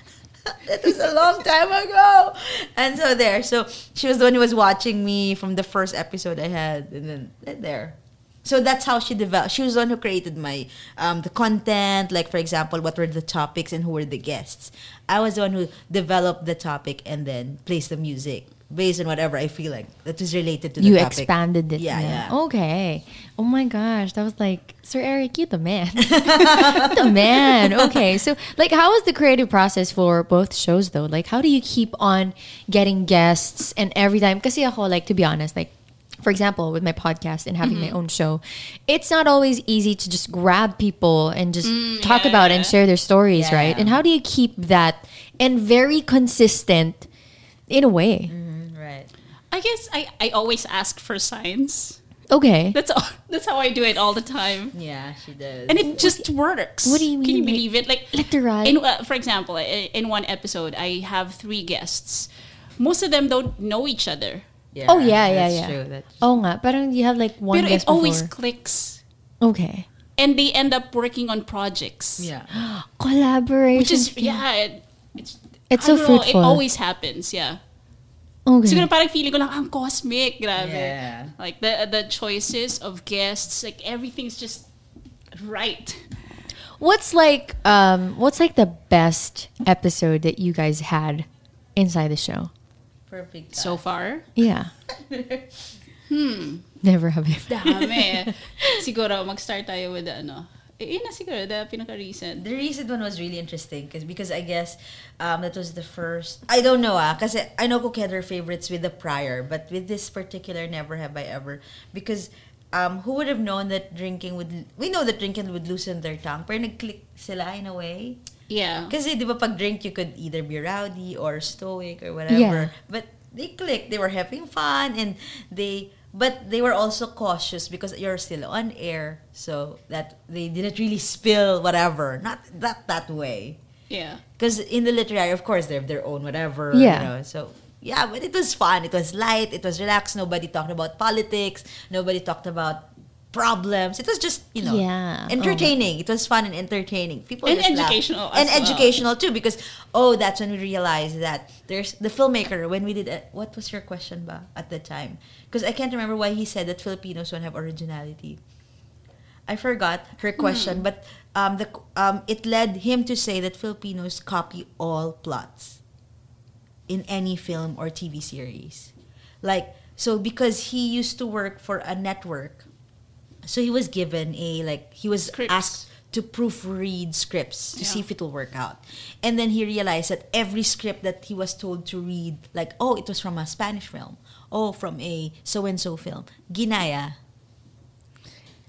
D: that was a long time ago. And so there. So she was the one who was watching me from the first episode I had. And then and there. So that's how she developed. She was the one who created my um, the content, like for example, what were the topics and who were the guests. I was the one who developed the topic and then placed the music based on whatever I feel like that is related to the
B: you
D: topic.
B: expanded it.
D: Yeah,
B: now.
D: yeah.
B: Okay. Oh my gosh, that was like Sir Eric, you the man, the man. Okay, so like, how was the creative process for both shows though? Like, how do you keep on getting guests and every time? Because ako, like, to be honest, like. For example, with my podcast and having my
D: Mm-hmm.
B: own show, it's not always easy to just grab people and just talk
C: yeah,
B: about
C: yeah.
B: and share their stories,
D: Mm, Yeah.
B: right? And how do you keep that and very consistent in a way?
D: Right.
C: I guess I, I always ask for signs.
D: Mm.
B: Okay.
C: That's all, that's how I do it all the time.
D: Yeah, she does.
C: and it just works.
B: what do you
C: Can you
B: mean, like,
C: believe it? Like
B: literal?
C: In, uh, for example, i- in one episode, I have three guests. Most of them don't know each other,
D: Yeah,
B: Oh yeah, yeah,
D: that's
B: yeah.
D: True. That's
B: Oh nga, parang you have like one
C: but it
B: guest
C: always
B: before.
C: clicks,
B: Okay.
C: and they end up working on projects.
D: yeah.
B: Collaboration.
C: which is yeah, it, it's
B: It's so
C: I don't know,
B: fruitful.
C: it always happens. Yeah,
B: okay.
C: siguro parang feeling ko lang "Ah, ang cosmic, grabe.
D: Yeah.
C: Like the the choices of guests, like everything's just right.
B: what's like um what's like the best episode that you guys had inside the show?
D: Perfect.
C: So far,
B: Yeah. hmm. Never have ever.
C: dami. siguro mag-start tayo with the ano. Eh, yun na siguro the pinaka recent.
D: the recent one was really interesting cause, because I guess um, that was the first. I don't know ah, kasi I know Cook had her favorites with the prior, but with this particular, never have I ever. Because um, who would have known that drinking would? We know that drinking would loosen their tongue. Pero nag-click sila in a way.
C: Yeah.
D: Kasi di ba pag drink, you could either be rowdy or stoic or whatever.
B: Yeah.
D: But they clicked. They were having fun and they... But they were also cautious because you're still on air. So that they didn't really spill whatever. Not that that way.
C: Yeah.
D: Because in the literary, of course, they have their own whatever.
B: Yeah.
D: You know, so yeah, but it was fun. It was light. It was relaxed. Nobody talked about politics. Nobody talked about problems. It was just you know
B: Yeah.
D: entertaining. It was fun and entertaining. People
C: And
D: just laughed.
C: educational as
D: and
C: well.
D: educational too because oh that's when we realized that there's the filmmaker when we did uh, what was your question ba at the time because I can't remember why he said that Filipinos don't have originality. I forgot her
C: Hmm.
D: question, but um, the um, it led him to say that Filipinos copy all plots in any film or TV series. Like so because he used to work for a network. So he was given a like he was
C: Scripts.
D: asked to proofread scripts to see
C: Yeah.
D: if it will work out. And then he realized that every script that he was told to read, like, oh, it was from a Spanish film, oh, from a so and so film, ginaya.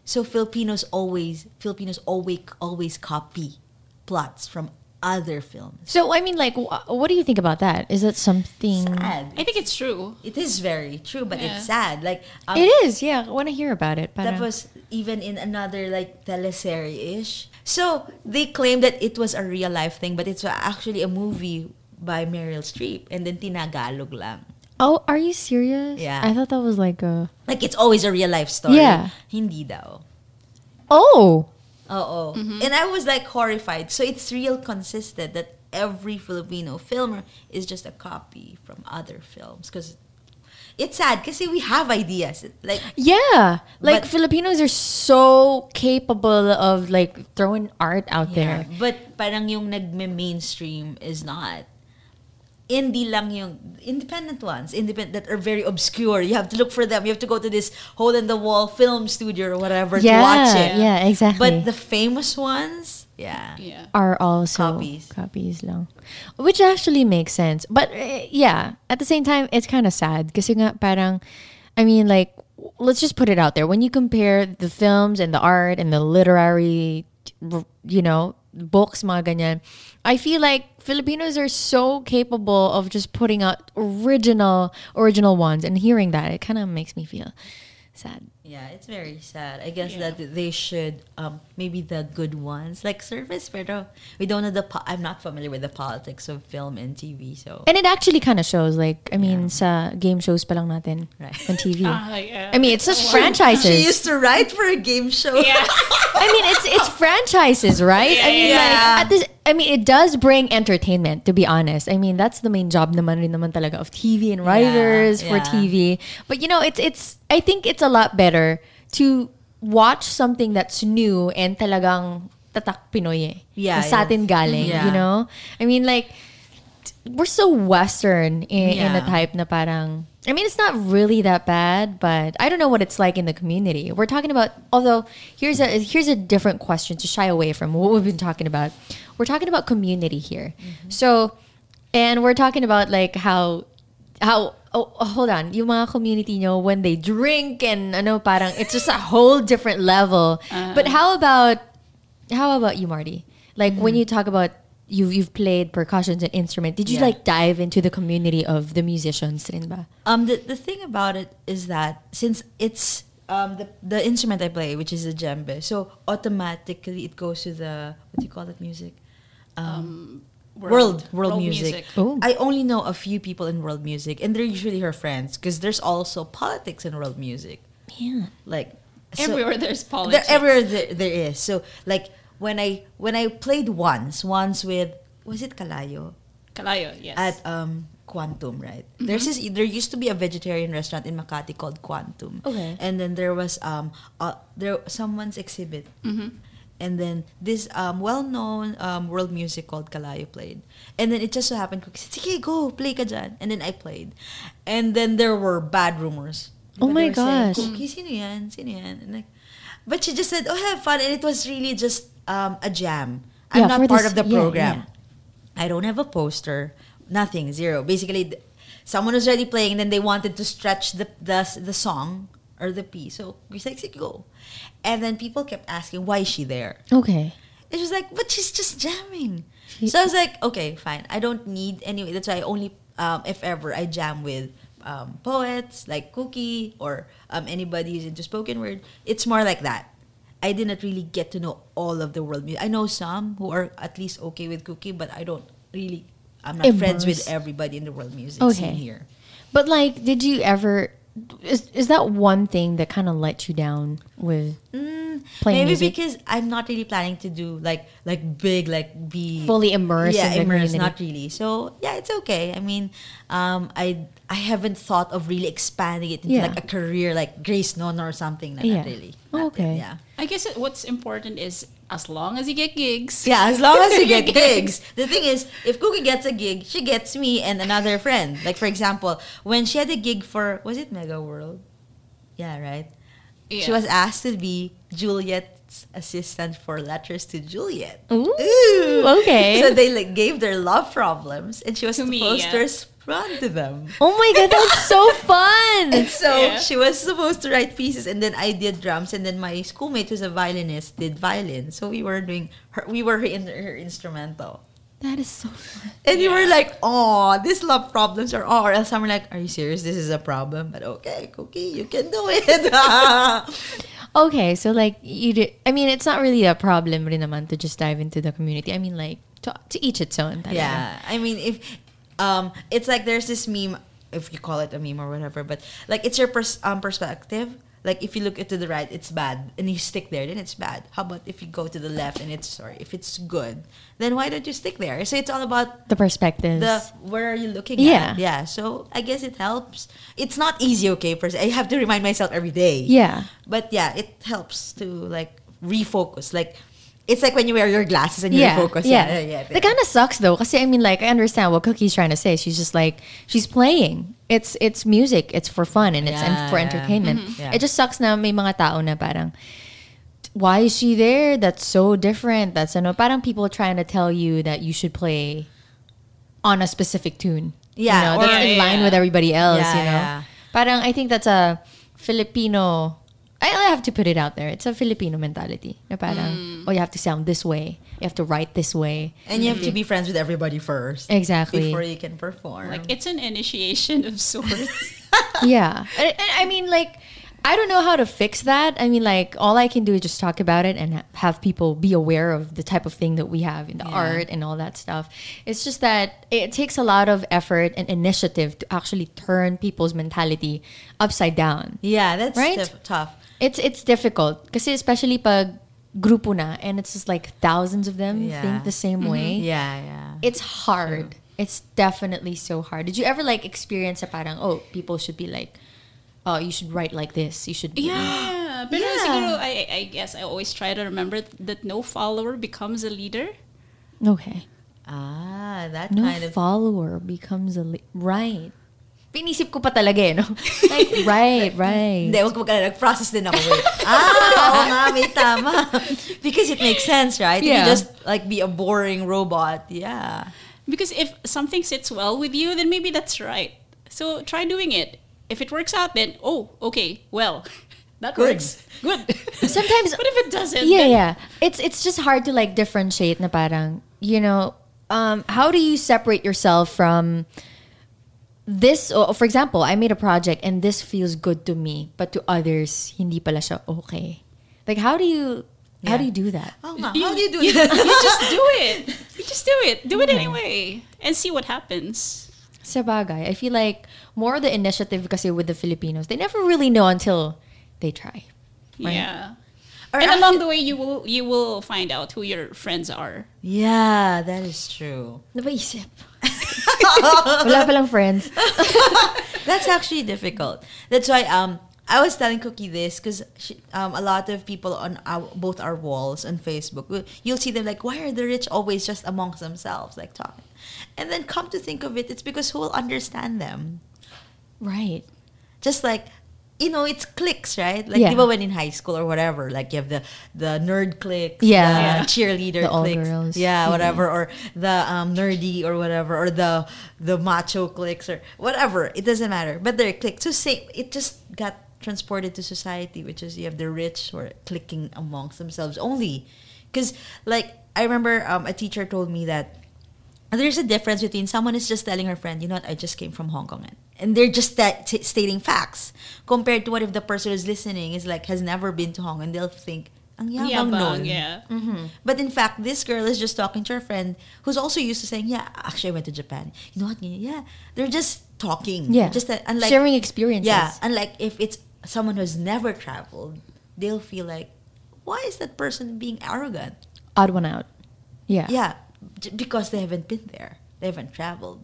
D: So Filipinos always Filipinos always always copy plots from other films.
B: So I mean, like, wh- what do you think about that? Is that something?
D: Sad.
C: I think it's true.
D: It is very true, but
C: Yeah.
D: it's sad. Like um,
B: It is, yeah. I want to hear about it.
D: that was even in another like teleserye ish. So they claim that it was a real life thing, but it's actually a movie by Meryl Streep, and then tinagalog lang.
B: oh, are you serious?
D: Yeah.
B: I thought that was like a.
D: Like it's always a real life story.
B: Yeah.
D: Hindi daw.
B: Oh,
D: Oo. And I was like horrified. So it's real consistent that every Filipino film is just a copy from other films because it's sad because we have ideas like
B: yeah. Like
D: But-
B: Filipinos are so capable of like throwing art out
D: Yeah,
B: there.
D: But parang yung nagme-mainstream is not. Indie lang yung independent ones, independent that are very obscure. You have to look for them. You have to go to this hole in the wall film studio or whatever to watch it.
B: Yeah, yeah, exactly.
D: But the famous ones, yeah.
C: Yeah.
B: are also
D: Copies.
B: copies lang. Which actually makes sense. But eh, yeah, at the same time, it's kind of sad. Kasi nga parang, I mean like, w- let's just put it out there. When you compare the films and the art and the literary, you know, books, mga ganyan, I feel like Filipinos are so capable of just putting out original, original ones. And hearing that, it kind of makes me feel sad.
D: Yeah, it's very sad. I guess that they should um, maybe the good ones like service, pero we don't know the. Po- I'm not familiar with the politics of film and TV, so
B: And it actually kind of shows. Like, I mean, sa game shows pa lang natin
D: Right.
B: on TV.
C: Ah, yeah.
B: I mean, it's just
D: she
B: franchises.
D: used to write for a game show.
C: yeah.
B: I mean, it's it's franchises, right? I mean,
D: yeah.
B: like at this, I mean, it does bring entertainment. To be honest, I mean, that's the main job naman rin naman talaga of TV and writers for
D: yeah.
B: TV. But you know, it's it's. I think it's a lot better to watch something that's new and talagang tatak Pinoy. eh. Na
D: Yeah,
B: sa atin
D: yes.
B: galing.
D: Yeah.
B: You know, I mean, like we're so Western in, in
D: Yeah.
B: a type na parang. I mean, it's not really that bad, but I don't know what it's like in the community. We're talking about. Although here's a here's a different question to shy away from what we've been talking about. We're talking about community here, so and we're talking about like how how. Oh, oh, hold on. Yung mga community nyo, when they drink and ano, parang, it's just a whole different level.
D: Uh-huh.
B: But how about how about you, Marty? Like when you talk about you you've played percussions and instrument, did you
D: Yeah.
B: like dive into the community of the musicians rin ba?
D: Um, the, the thing about it is that since it's um, the, the instrument I play, which is the djembe, so automatically it goes to the what do you call that music? World, world, music.
B: Oh.
D: I only know a few people in world music, and they're usually her friends because there's also politics in world music.
B: Man.
D: Like so-
C: Everywhere there's
D: there,
C: politics.
D: everywhere there, there is. So like when I when I played once, once with was it Kalayo?
C: Kalayo, yes.
D: at um Quantum, right? There's this,
B: Mm-hmm.
D: there used to be a vegetarian restaurant in Makati called Quantum.
B: Okay.
D: And then there was um uh, there someone's exhibit.
B: Mm-hmm.
D: And then this um, well-known um, world music called Kalayo played. And then it just so happened, Cookie said, Sige, go, play ka dyan. And then I played. And then there were bad rumors.
B: Oh
D: But they
B: my
D: were saying,
B: gosh.
D: Cookie, sino yan? Sino yan? And like, but she just said, oh, have fun. And it was really just um, a jam.
B: Yeah,
D: I'm not
B: for
D: part
B: this-
D: of the
B: yeah,
D: program.
B: yeah.
D: I don't have a poster. Nothing. Zero. Basically, th- someone was already playing, then they wanted to stretch the the, the song or the piece. So we said, "Sige, go. And then people kept asking, why is she there?
B: Okay.
D: And she was like, but she's just jamming. so I was like, okay, fine. I don't need anyway. That's why I only, um, if ever, I jam with um, poets like Cookie or um, anybody who's into spoken word. It's more like that. I didn't really get to know all of the world music. I know some who are at least okay with Cookie, but I don't really. I'm not friends with
B: Immersed.
D: everybody in the world music
B: Okay.
D: scene here.
B: But like, did you ever? Is, is that one thing that kind of let you down with playing
D: Mm, Maybe
B: music?
D: because I'm not really planning to do like like big like be
B: Fully immersed
D: Yeah,
B: in the community.
D: immersed, not really. So yeah, it's okay. I mean, um, I I haven't thought of really expanding it into
B: Yeah.
D: like a career like Grace Nona or something. Like,
B: Yeah.
D: Not really.
B: Oh,
D: Not yet,
B: okay.
D: Yeah.
C: I guess it- what's important is as long as you get gigs.
D: Yeah, as long as you get
C: You
D: gigs. The thing is, if Cookie gets a gig, she gets me and another friend. Like for example, when she had a gig for was it Mega World? Yeah, right. She
C: Yeah.
D: was asked to be Juliet's assistant for Letters to Juliet.
B: Ooh,
D: Ooh.
B: okay.
D: So they like gave their love problems, and she was
C: To me,
D: supposed to
C: yeah.
D: respond to them.
B: oh my god, that's so fun!
D: And so
C: Yeah.
D: she was supposed to write pieces, and then I did drums, and then my schoolmate who's a violinist did violin. So we were doing her, we were her, in, her instrumental.
B: That is so fun.
D: And we were like, oh, these love problems are all. Or else I'm like, are you serious? This is a problem. But okay, Cookie, you can do it.
B: Okay, so like you did. I mean, it's not really a problem, rin naman, to just dive into the community. I mean, like to, to each its own. talaga.
D: Yeah, I mean, if um, it's like there's this meme, if you call it a meme or whatever, but like it's your pers- um, perspective. Like if you look it to the right, it's bad, and you stick there, then it's bad. How about if you go to the left and it's sorry, if it's good, then why don't you stick there? So it's all about
B: the perspectives.
D: the where are you looking
B: Yeah.
D: at? Yeah. So I guess it helps. It's not easy, okay, per se. I have to remind myself every day.
B: yeah,
D: But yeah, it helps to like refocus. Like it's like when you wear your glasses and you
B: yeah,
D: refocus.
B: yeah,
D: yeah,
B: That kind of sucks though, because I mean, like I understand what Cookie's trying to say. She's just like she's playing. It's it's music. It's for fun and it's
D: Yeah,
B: and for
D: yeah. Mm-hmm.
B: entertainment.
D: Yeah.
B: It just sucks na may mga tao na parang why is she there? That's so different. That's ano parang people trying to tell you that you should play on a specific tune.
D: Yeah,
B: you know,
D: or-
B: that's in
C: Yeah,
B: line
C: yeah.
B: with everybody else.
D: Yeah,
B: you know,
D: yeah.
B: parang I think that's a Filipino. I I have to put it out there. It's a Filipino mentality. Na
D: Mm.
B: parang, oh, you have to sound this way. You have to write this way.
D: And you have to be friends with everybody first.
B: Exactly.
D: Before you can perform.
C: Like it's an initiation of sorts.
B: yeah. I, I- I mean, like, I don't know how to fix that. I mean, like, all I can do is just talk about it and ha- have people be aware of the type of thing that we have in the art and all that stuff. It's just that it takes a lot of effort and initiative to actually turn people's mentality upside down.
D: yeah, that's
B: Right?
D: tough- tough.
B: It's it's difficult kasi especially pag grupo na and it's just like thousands of them
D: Yeah. Mm-hmm.
B: think the same way.
D: Yeah, yeah.
B: It's hard. It's definitely so hard. Did you ever like experience a parang oh people should be like oh you should write like this you should
C: yeah. But
B: Yeah.
C: siguro, I, I guess I always try to remember that no follower becomes a leader.
B: okay
D: Ah, that
B: no
D: kind of
B: follower becomes a li- right. Pinisip ko pa talaga eh, no? Like, right, right.
D: Hindi, wag wag ka na, nag-process din ako. eh. ah, oo nga, may tama. Because it makes sense, right? If
B: Yeah.
D: you just like be a boring robot, yeah.
C: Because if something sits well with you, then maybe that's right. So try doing it. If it works out, then oh, okay, well, that
D: Good.
C: works. Good.
B: Sometimes-
C: but if it doesn't,
B: yeah,
C: then
B: yeah. It's it's just hard to like differentiate na parang, you know, um, how do you separate yourself from this or for example, I made a project and this feels good to me, but to others hindi pala siya okay. Like how do you how do you do that?
D: Oh nga, how do you do
C: you,
D: that?
C: you just do it. You just do it. Do it anyway, and see what happens.
B: Sabagay, I feel like more of the initiative kasi with the Filipinos, they never really know until they try. Right.
C: Yeah.
D: Or
C: and
D: actually-
C: along the way, you will you will find out who your friends are.
D: yeah, that is true.
B: Napaisip. Wala palang friends.
D: That's actually difficult. That's why um I was telling Cookie this because um, a lot of people on our, both our walls on Facebook, w- you'll see them like, why are the rich always just amongst themselves, like talking? And then come to think of it, it's because who will understand them?
B: Right.
D: just like you know it's clicks right like
B: Yeah.
D: even when in high school or whatever like you have the the nerd clicks
B: Yeah.
D: the
B: Yeah.
D: cheerleader
B: The all
D: clicks
B: girls. Mm-hmm.
D: yeah whatever or the um, nerdy or whatever or the the macho clicks or whatever it doesn't matter but they're clicked so same it just got transported to society which is you have the rich who are clicking amongst themselves only because like i remember um, a teacher told me that and there's a difference between someone is just telling her friend, you know what, I just came from Hong Kong. And, and they're just sta- t- stating facts compared to what if the person who's listening is like, has never been to Hong Kong. And they'll think, Ang yabang
C: Yeah, bang,
D: nun. Mm-hmm.
C: yeah.
D: But in fact, this girl is just talking to her friend who's also used to saying, "Yeah, actually, I went to Japan. You know what? Yeah, they're just talking.
B: Yeah.
D: just that, unlike
B: sharing experiences.
D: yeah, unlike if it's someone who's never traveled, they'll feel like, why is that person being arrogant?
B: Odd one out. Yeah.
D: Yeah, j- because they haven't been there, they haven't traveled.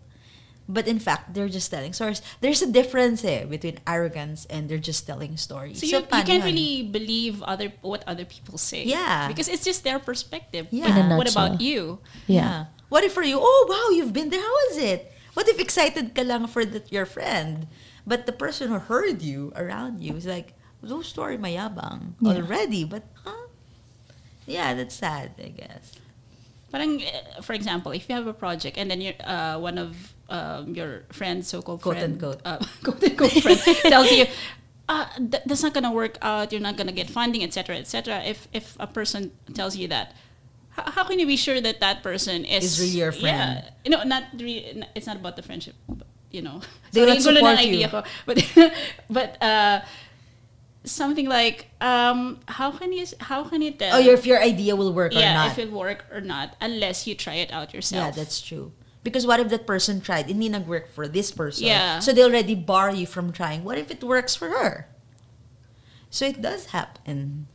D: But in fact, they're just telling stories. There's a difference eh, between arrogance and they're just telling stories.
C: So you, you
D: paano
C: can't
D: yun?
C: really believe other what other people say.
D: Yeah.
C: Because it's just their perspective.
D: Yeah.
B: In a
C: What
B: nutshell.
C: about you?
B: Yeah.
D: What if for you, oh wow, you've been there, how was it? What if excited ka lang for that your friend? But the person who heard you around you is like, those story mayabang
B: Yeah.
D: already, but huh? Yeah, that's sad, I guess.
C: Parang, uh, for example, if you have a project and then you're, uh, one of um, your friends, so-called
D: Quote
C: friend,
D: unquote.
C: uh, quote unquote friend, tells you, uh, th- that's not gonna work out. You're not gonna get funding, etc., etc. If if a person tells you that, h- how can you be sure that that person is
D: Is really your friend.
C: Yeah, you know, not really. It's not about the friendship, but, you know.
D: They will
C: Sorry, gulo
D: support
C: ng
D: you.
C: idea ko. But but uh, something like, um, how can you how can you tell?
D: Oh, your, if your idea will work or
C: Um, yeah,
D: not.
C: if it work or not, unless you try it out
D: yeah,
C: yourself.
D: that's true. Because what if that person tried? It need not work for this person.
C: Yeah.
D: So they already bar you from trying. What if it works for her? So it does happen.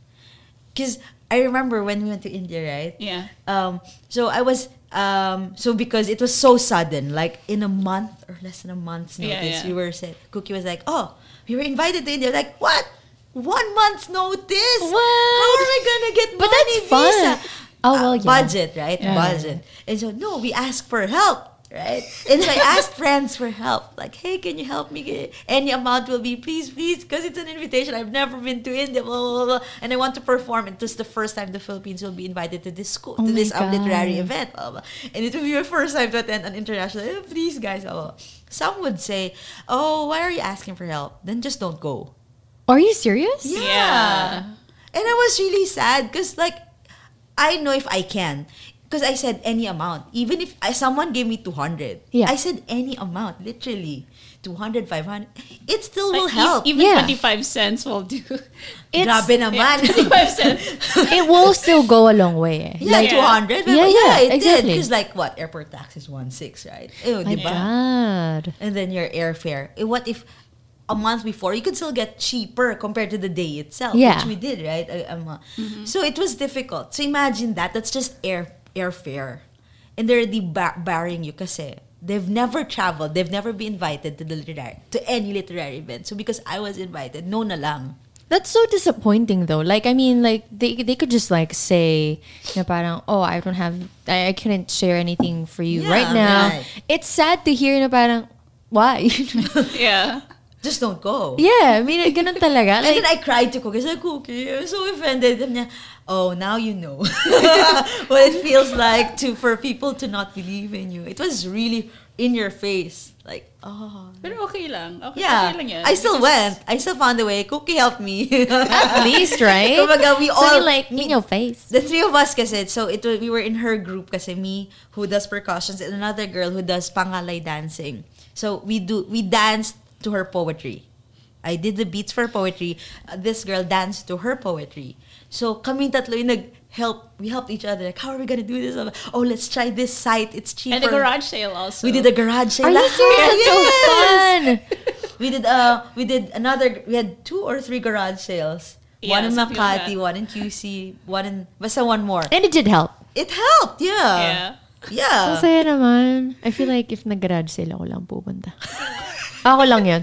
D: Because I remember when we went to India, right?
C: yeah.
D: um so i was um so because it was so sudden like in a month or less than a month's
C: Yeah,
D: notice
C: yeah.
D: we were said cookie was like oh we were invited to india like what one month's notice how
B: What?
D: are we gonna get
B: But
D: money
B: that's fun.
D: visa
B: Oh,
D: Uh,
B: well, yeah.
D: budget right
B: Yeah.
D: budget and so no we asked for help right and so i asked friends for help like hey can you help me get any amount will be please please because it's an invitation i've never been to india blah blah blah, blah and i want to perform it was the first time the philippines will be invited to this school
B: Oh
D: to
B: my
D: this um,
B: God.
D: literary event blah, blah, blah. and it will be your first time to attend an international eh, please guys blah, blah. some would say oh why are you asking for help then just don't go
B: Are you serious?
D: yeah.
C: Yeah.
D: And I was really sad because, like, I know if I can. Because I said any amount. Even if I, someone gave me 200,
B: Yeah.
D: I said any amount, literally. 200, 500. It still
C: Like,
D: will
C: e-
D: help.
C: Even
B: Yeah.
C: 25 cents will do.
B: It's,
D: Grabe naman.
C: 25 cents.
B: it will still go a long way. Eh.
D: Yeah,
B: Like,
D: 200.
B: Yeah, yeah,
D: Yeah, yeah, it
B: exactly.
D: Because, like, what? Airport tax is 1.6, right? Ew,
B: my
D: diba?
B: God.
D: And then your airfare. Eh, What if a month before you could still get cheaper compared to the day itself,
B: Yeah.
D: which we did, right? A- a month. So it was difficult. So imagine that. That's just air airfare, and they're already ba- barring you kasi they've never traveled. They've never been invited to the literary to any literary event. So because I was invited, no na lang.
B: That's so disappointing though. Like I mean like they they could just like say na parang oh I don't have I, I couldn't share anything for you
D: Yeah,
B: right now.
D: right.
B: It's sad to hear na parang why?
C: yeah.
D: Just don't go.
B: yeah, I mean ganun talaga.
D: And
B: Like
D: then I cried to Cookie. I said, Cookie, I'm so offended. And niya, oh, now you know what it feels like to for people to not believe in you. It was really in your face. Like, oh.
C: Pero okay lang. Okay,
D: Yeah.
C: okay lang yan.
D: I still went. I still found a way. Cookie helped me.
B: at least, right?
D: Kumbaga, we
B: So
D: all-
B: you're like
D: we-
B: in your face.
D: The three of us kasi, so it wa- we were in her group kasi me who does percussions and another girl who does pangalay dancing. So we do we danced to her poetry. I did the beats for poetry. Uh, This girl danced to her poetry. So kami tatlo yung nag help we helped each other like how are we gonna do this oh let's try this site it's cheaper
C: And the garage sale also.
D: we did a garage sale
B: Are you
D: lahat.
B: serious? That's so fun.
D: we did uh we did another we had two or three garage sales
C: Yeah,
D: one in
C: something like
D: Makati
C: that.
D: one in QC one in basta one more
B: And it did help.
D: it helped, yeah.
C: Yeah.
B: Ang
D: Yeah.
B: saya naman. I feel like if nag-garage sale ako lang pupunta. ako lang yun.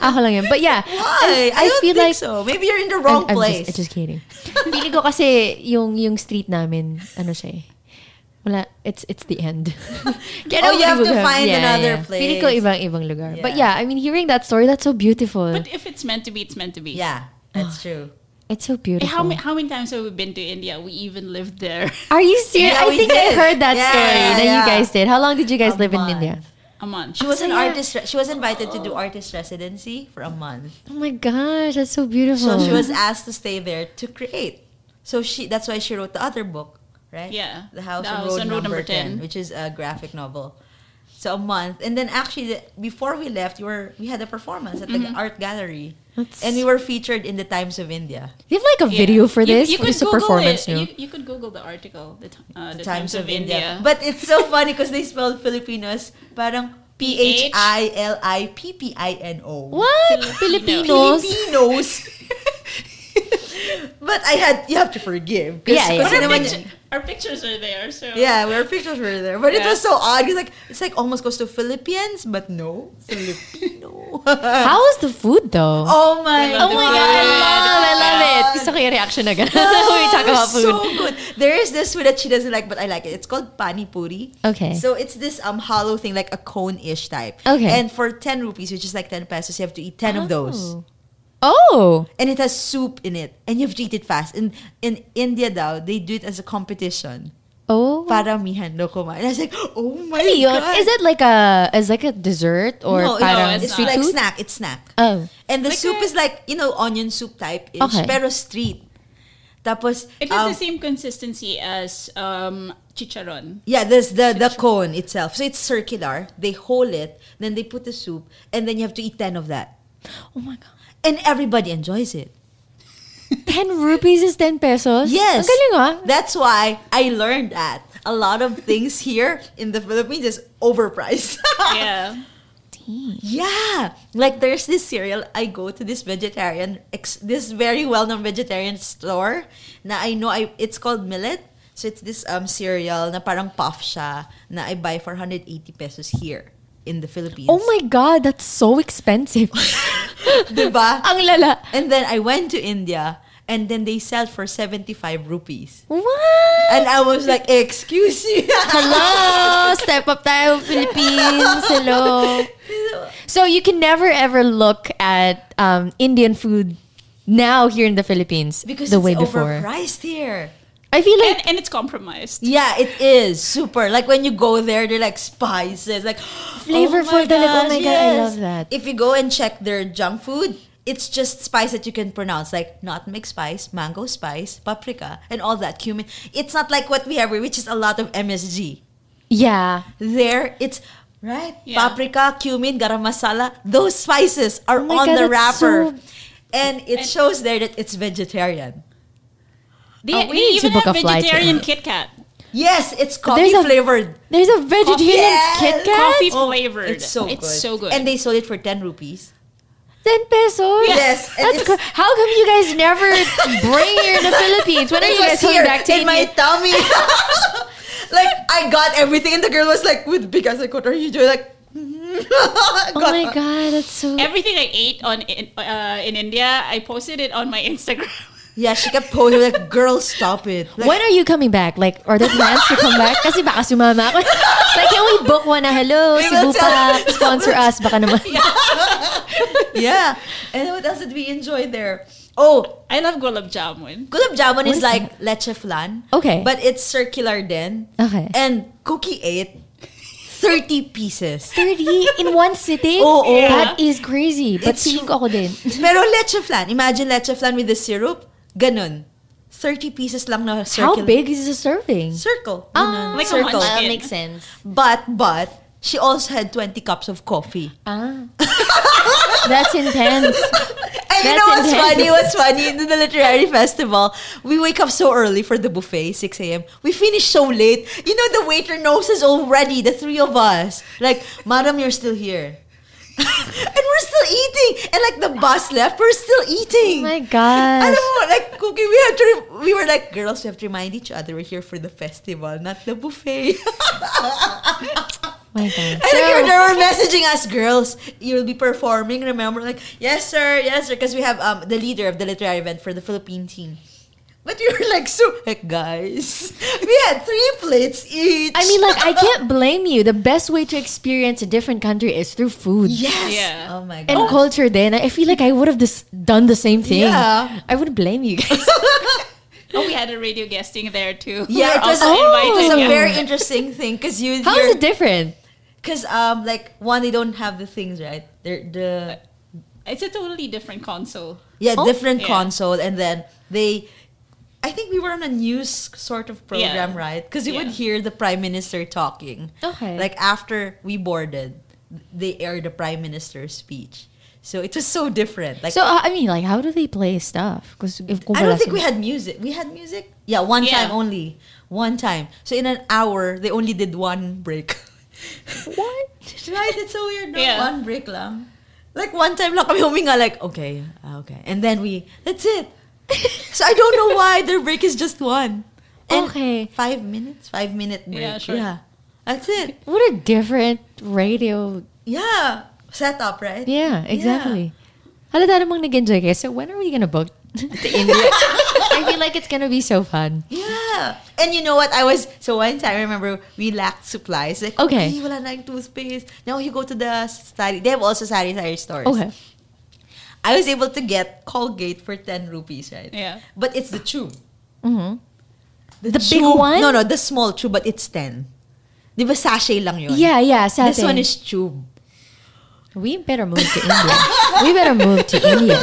B: Ah, ako lang yun. But yeah.
D: Why? I, don't think so. Maybe you're in the wrong
B: I'm,
D: place.
B: I'm just, I'm just kidding. Feeling ko kasi yung, yung street namin, ano siya eh. Wala, it's it's the end. Kaya
D: Oh, you have to
B: nabubuhay.
D: find another place.
B: Feeling ko ibang-ibang lugar. But yeah,
D: Yeah.
B: I mean, hearing that story, that's so beautiful.
C: But if it's meant to be, it's meant to be.
D: yeah, that's true.
B: it's so
C: Eh,
B: beautiful.
C: How, many, how many times have we been to India? We even lived there
B: Are you serious?
D: Yeah,
B: I
D: we
B: think I
D: did.
B: heard that
D: Yeah,
B: story that you
D: yeah.
B: guys did. How long did you guys
D: A
B: live in
D: month.
B: India?
C: a month.
D: She was
B: so
D: an
B: yeah.
D: artist. Re- she was invited to do artist residency for a month.
B: Oh my gosh, that's so beautiful.
D: So she was asked to stay there to create. So she that's why she wrote the other book, right?
C: Yeah.
D: The House,
C: The
D: on,
C: House on
D: Road
C: Road
D: Number
C: Number 10,
D: 10, which is a graphic novel. So a month, and then actually the- before we left, we were we had a performance at the art gallery,
B: That's-
D: and we were featured in the Times of India.
B: They have like a
C: Yeah.
B: video for
C: You-
B: this.
C: You,
B: for
C: could
B: this
C: Google
B: performance
C: it.
B: now.
C: You, you could Google the article, the, ti- uh, the,
D: The
C: Times, of, India.
D: But it's so funny because they spelled Filipinos parang P H I L I P P I N O.
B: what? Filipinos?
C: Filipino.
D: Filipinos. but I had you have to forgive. 'cause-
B: Yeah, yeah.
D: kasi
C: But our,
D: naman-
C: picture- our pictures are there, so
D: yeah, our pictures were there, but it
C: Yeah.
D: was so odd. It's like it's like almost goes to Philippines, but no Filipino.
B: How is the food though?
D: oh my! Oh,
C: Oh my God, I
B: love, I love it. Gusto ko yung reaction na ganun when we talk about food.
D: So good. There is this food that she doesn't like, but I like it. It's called pani puri.
B: Okay.
D: So it's this um hollow thing, like a cone-ish type.
B: Okay.
D: And for ten rupees, which is like ten pesos, you have to eat ten of those.
B: Oh.
D: and it has soup in it and you have to eat it fast in in India now they do it as a competition
B: Oh.
D: para mihan no kumain and I was like oh my
B: Ano yun?
D: god
B: Is it like a is like a dessert or
D: no,
B: parang
D: it's, it's
B: street
D: like
B: food?
D: snack it's snack
B: Oh.
D: and the
C: Like
D: soup
C: a-
D: is like you know onion soup type ish
B: Okay.
D: pero street tapos
C: it has
D: um,
C: the same consistency as um, chicharon.
D: yeah there's the the cone itself so it's circular they hold it then they put the soup and then you have to eat 10 of that
B: Oh my god.
D: and everybody enjoys it
B: 10 rupees is 10 pesos?
D: Yes.
B: Ang galing ah.
D: That's why I learned that. A lot of things here in the Philippines is overpriced.
C: yeah,
D: Yeah. Like there's this cereal I go to this vegetarian ex, this very well-known vegetarian store na I know I it's called millet. So it's this um cereal na parang puff siya na I buy for 180 pesos here in the Philippines.
B: Oh my god, that's so expensive.
D: Diba?
B: Ang lala.
D: And then I went to India and then they sell for 75 rupees.
B: What?
D: And I was like, "Excuse you."
B: Hello, step up tayo Philippines. Hello. So you can never ever look at um, Indian food now here in the Philippines
D: because
B: the
D: it's
B: way before.
D: overpriced here.
B: I feel like
C: and, and it's compromised.
D: Yeah, it is super. Like when you go there, they're like spices, like
B: Flavorful
D: they're
B: talaga. Oh my God, I love that.
D: If you go and check their junk food, it's just spice that you can pronounce, like nutmeg spice, mango spice, paprika, and all that cumin. It's not like what we have, here, which is a lot of MSG.
B: yeah.
D: There, it's right
C: Yeah.
D: paprika, cumin, garam masala. Those spices are
B: Oh my
D: on
B: God,
D: the
B: that's
D: wrapper,
B: so-
D: and
C: And-
D: it shows there that it's vegetarian.
C: They,
B: Oh, we
C: they
B: need to
C: even
B: book
C: have
B: a flight to
C: vegetarian
B: India.
C: Kit Kat,
D: Yes,
B: There's
D: it's coffee
B: a-
D: flavored.
B: There's a vegetarian
D: Yes!
B: Kit Kat.
C: coffee flavored.
D: It's so
C: it's
D: good.
C: so good.
D: And they sold it for 10 rupees.
B: 10 pesos.
D: Yes, and
B: That's
D: it's-
B: good. How come you guys never bring here to the Philippines? When are you
D: It was
B: guys coming
D: here
B: back to
D: in my
B: India?
D: tummy. like, I got everything. And the girl was like, with big eyes, like, what are you doing? Like,
B: Oh
D: oh
B: my god, that's so
C: Everything I ate on in, uh, in India, I posted it on my Instagram.
D: Yeah, she kept posing, like, girl, stop it. Like,
B: when are you coming back? Like, are there plans to come back? Kasi baka sumama ako. like, can we book one na, hello,
D: We
B: Cebu
D: will tell-
B: pa, sponsor us, baka naman.
D: yeah. And what else did we enjoy there? Oh,
C: I love gulab jamun.
D: Gulab jamun is,
B: is
D: like leche flan.
B: Okay.
D: But it's circular then.
B: Okay.
D: And Cookie ate 30 pieces.
B: 30 in one sitting?
D: Oo.
B: That is crazy. But
D: Oh, It's-
B: feeling ko ako din.
D: Pero leche flan. Imagine leche flan with the syrup. Ganun. 30 pieces lang na
B: How
D: circle.
B: big is the serving?
D: Circle.
B: Ah,
D: Ganun.
C: Like a
D: circle.
C: munchkin.
B: That makes sense.
D: But, but, she also had 20 cups of coffee.
B: Ah. That's intense.
D: And you
B: That's
D: know what's
B: intense.
D: funny? What's funny? In the literary festival, we wake up so early for the buffet, 6 a.m. We finish so late. You know, the waiter knows us already, the three of us. Like, madam, you're still here. and we're still eating. And like the bus left, we're still eating.
B: Oh my gosh.
D: Alam mo, like, cooking, we had to, re- we were like, girls, we have to remind each other we're here for the festival, not the buffet.
B: My God.
D: I think they were messaging us, girls, you'll be performing, remember? Like, yes, sir, yes, sir, because we have um, the leader of the literary event for the Philippine team. But we were like, so, like, guys, we had three plates each.
B: I mean, like, I can't blame you. The best way to experience a different country is through food.
D: yes.
C: Yeah.
D: Oh my God.
B: And culture then. I feel like I would have this, done the same thing.
D: Yeah.
B: I wouldn't blame you guys.
C: Oh, we had a radio guesting there too.
D: yeah, it
C: We're
D: was,
C: also
D: it was
C: invited,
D: a
C: yeah.
D: very interesting thing because you
B: Oh. How is it different?
D: because um like one they don't have the things right they're the
C: It's a totally different console.
D: Yeah,
B: Oh.
D: different
C: Yeah.
D: console, and then they I think we were on a news sort of
C: Yeah.
D: program, right? Because you would
C: Yeah.
D: hear the prime minister talking.
B: Okay.
D: Like after we boarded, they aired the prime minister's speech. So it was so different. Like
B: so uh, I mean, like, how do they play stuff? Because if
D: I don't think we had music. We had music. Yeah, one
C: Yeah.
D: time only. One time. So in an hour, they only did one break.
B: what?
D: right? It's so weird. No?
C: Yeah.
D: One break lang. Like one time lang kami huminga like okay, ah, okay. And then we that's it. so I don't know why their break is just one. And
B: Okay.
D: Five minutes. Five minute break.
C: Yeah, sure.
D: Yeah. That's it.
B: What a different radio.
D: Yeah. Setup, right?
B: Yeah, exactly. Halata namang nag-enjoy kayo. So when are we gonna book to India? I feel like it's gonna be so fun.
D: Yeah. And you know what? I was so one time I remember we lacked supplies. Like
B: Okay.
D: okay, wala na yung toothpaste. Now you go to the sari. They have also sari sari stores.
B: Okay.
D: I was able to get Colgate for ten rupees, right?
C: Yeah.
D: But it's the tube.
B: Mm-hmm. The big
D: tube-
B: one?
D: No, no, the small tube, but it's ten. Di ba sachet lang yun?
B: Yeah, yeah, sachet.
D: This one is tube.
B: We better move to India. we better move to India.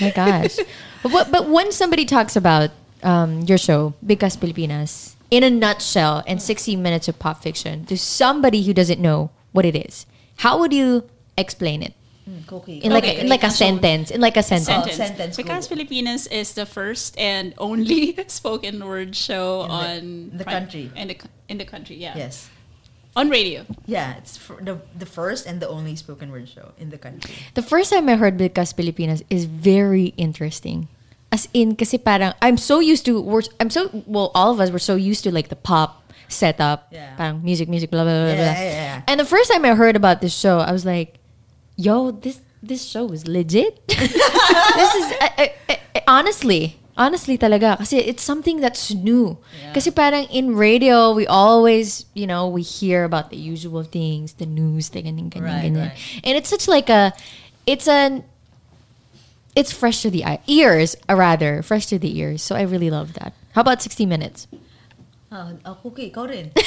B: My gosh. But, but when somebody talks about um, your show, Because Pilipinas, in a nutshell, and 60 minutes of pop fiction, to somebody who doesn't know what it is, how would you explain it?
D: Hmm, Cookie.
B: In like, a, in like a sentence. In like a sentence.
C: sentence.
D: Oh, sentence,
C: Because
D: go.
C: Filipinas is the first and only spoken word show on
D: the
C: prime-
D: country.
C: In the co- in the country, yeah.
D: Yes.
C: On radio.
D: Yeah, it's fir- the, the first and the only spoken word show in the country.
B: The first time I heard Because Pilipinas is very interesting. As in, kasi parang, I'm so used to, we're, I'm so, well, all of us were so used to like the pop setup.
D: Yeah.
B: Parang music, music, blah, blah, blah,
D: Yeah,
B: blah.
D: yeah, yeah.
B: And the first time I heard about this show, I was like, yo, this this show is legit. this is, eh, I, I, I, honestly, honestly talaga. Kasi it's something that's new.
D: Yeah.
B: Kasi parang in radio, we always, you know, we hear about the usual things, the news, the ganyan, ganyan,
D: Right,
B: ganyan.
D: right.
B: And it's such like a, it's an, it's fresh to the eye, ears, uh, rather, fresh to the ears. So I really love that. How about 60 Minutes?
D: Oh, oh Cookie, ikaw rin. eh.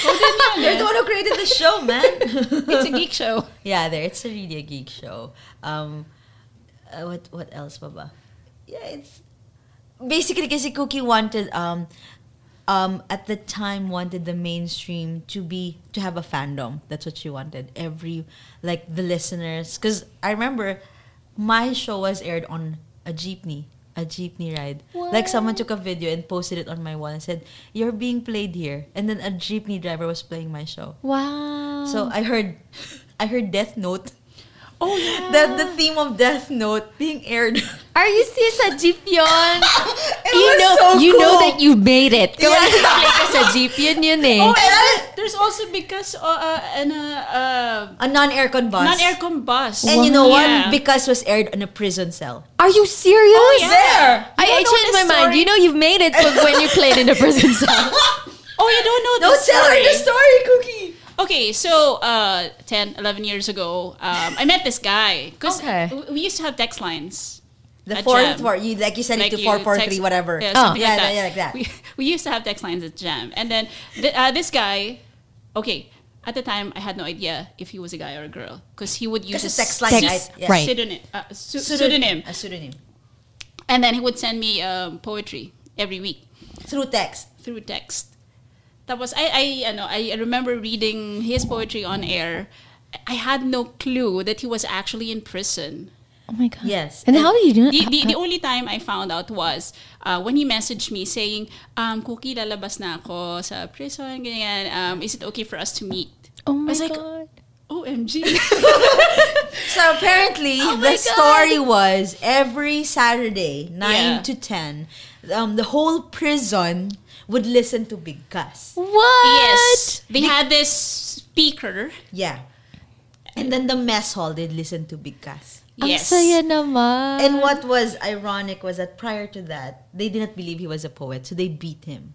D: They're the one who created the show, man.
C: It's a geek show.
D: Yeah, there. It's a really a geek show. Um, uh, what what else, Baba? Yeah, it's basically kasi Cookie wanted um, um, at the time wanted the mainstream to be to have a fandom. That's what she wanted. Every like the listeners, because I remember my show was aired on a jeepney. A jeepney ride. Like someone took a video and posted it on my wall and said, "You're being played here." And then a jeepney driver was playing my show.
B: Wow.
D: So I heard, I heard Death Note.
C: Mm. Oh yeah. Oh,
D: That the theme of Death Note being aired. it
B: Are you serious sa jeep yun?
D: was
B: you know,
D: so
B: you know
D: cool.
B: that you made it. Kaya
D: Yeah.
B: yeah. ka sa jeep yun yun eh.
C: Oh, and then there's also because uh, uh, an, uh,
D: a non-aircon
C: uh,
D: bus.
C: non-aircon bus.
D: And you know what?
C: Yeah.
D: Because was aired on a prison cell.
B: Are you serious?
C: Oh, yeah. There.
B: I,
C: You
B: I
C: don't know
B: changed my
C: this
B: mind.
C: story?
B: You know you've made it when you played in the prison cell.
C: Oh, you don't know
D: Don't
C: this
D: tell her the story, Cookie.
C: Okay, so uh, 10, 11 years ago, um, I met this guy. 'Cause
B: Okay.
C: w- we used to have text lines.
D: The
C: At
D: four
C: Jam.
D: four you like you said
C: Like
D: it to
C: you
D: four four three
C: text-
D: whatever.
C: Yeah,
B: Oh.
C: something
D: yeah,
C: like that.
D: yeah, like that.
C: We, we used to have text lines at Jam. And then th- uh, this guy, okay, at the time, I had no idea if he was a guy or a girl. Because he would use a
D: Because it's text line,
B: Text,
D: right? Yeah.
B: right.
C: pseudonym. Uh, pseu- pseudonym.
D: A pseudonym.
C: And then he would send me um, poetry every week
D: Through text.
C: through text. That was I, I you know I remember reading his poetry on air. I had no clue that he was actually in prison.
B: Oh my god.
D: Yes.
B: And how do you do
C: The, the,
B: it?
C: the only time I found out was uh, when he messaged me saying, um, Cookie, lalabas na ako sa prison, ganyan. Um, is it okay for us to meet?
B: Oh my
C: I was like,
B: god.
C: OMG.
D: So apparently, the
C: Oh my God.
D: story was every Saturday, 9
C: Yeah.
D: to 10, um, the whole prison would listen to Big Gus.
B: What?
C: yes. They had this speaker.
D: Yeah. And then the mess hall, they'd listen to Big Gus.
B: Ang
C: Yes.
B: saya naman.
C: Um,
D: And what was ironic was that prior to that, they didn't believe he was a poet, so they beat him.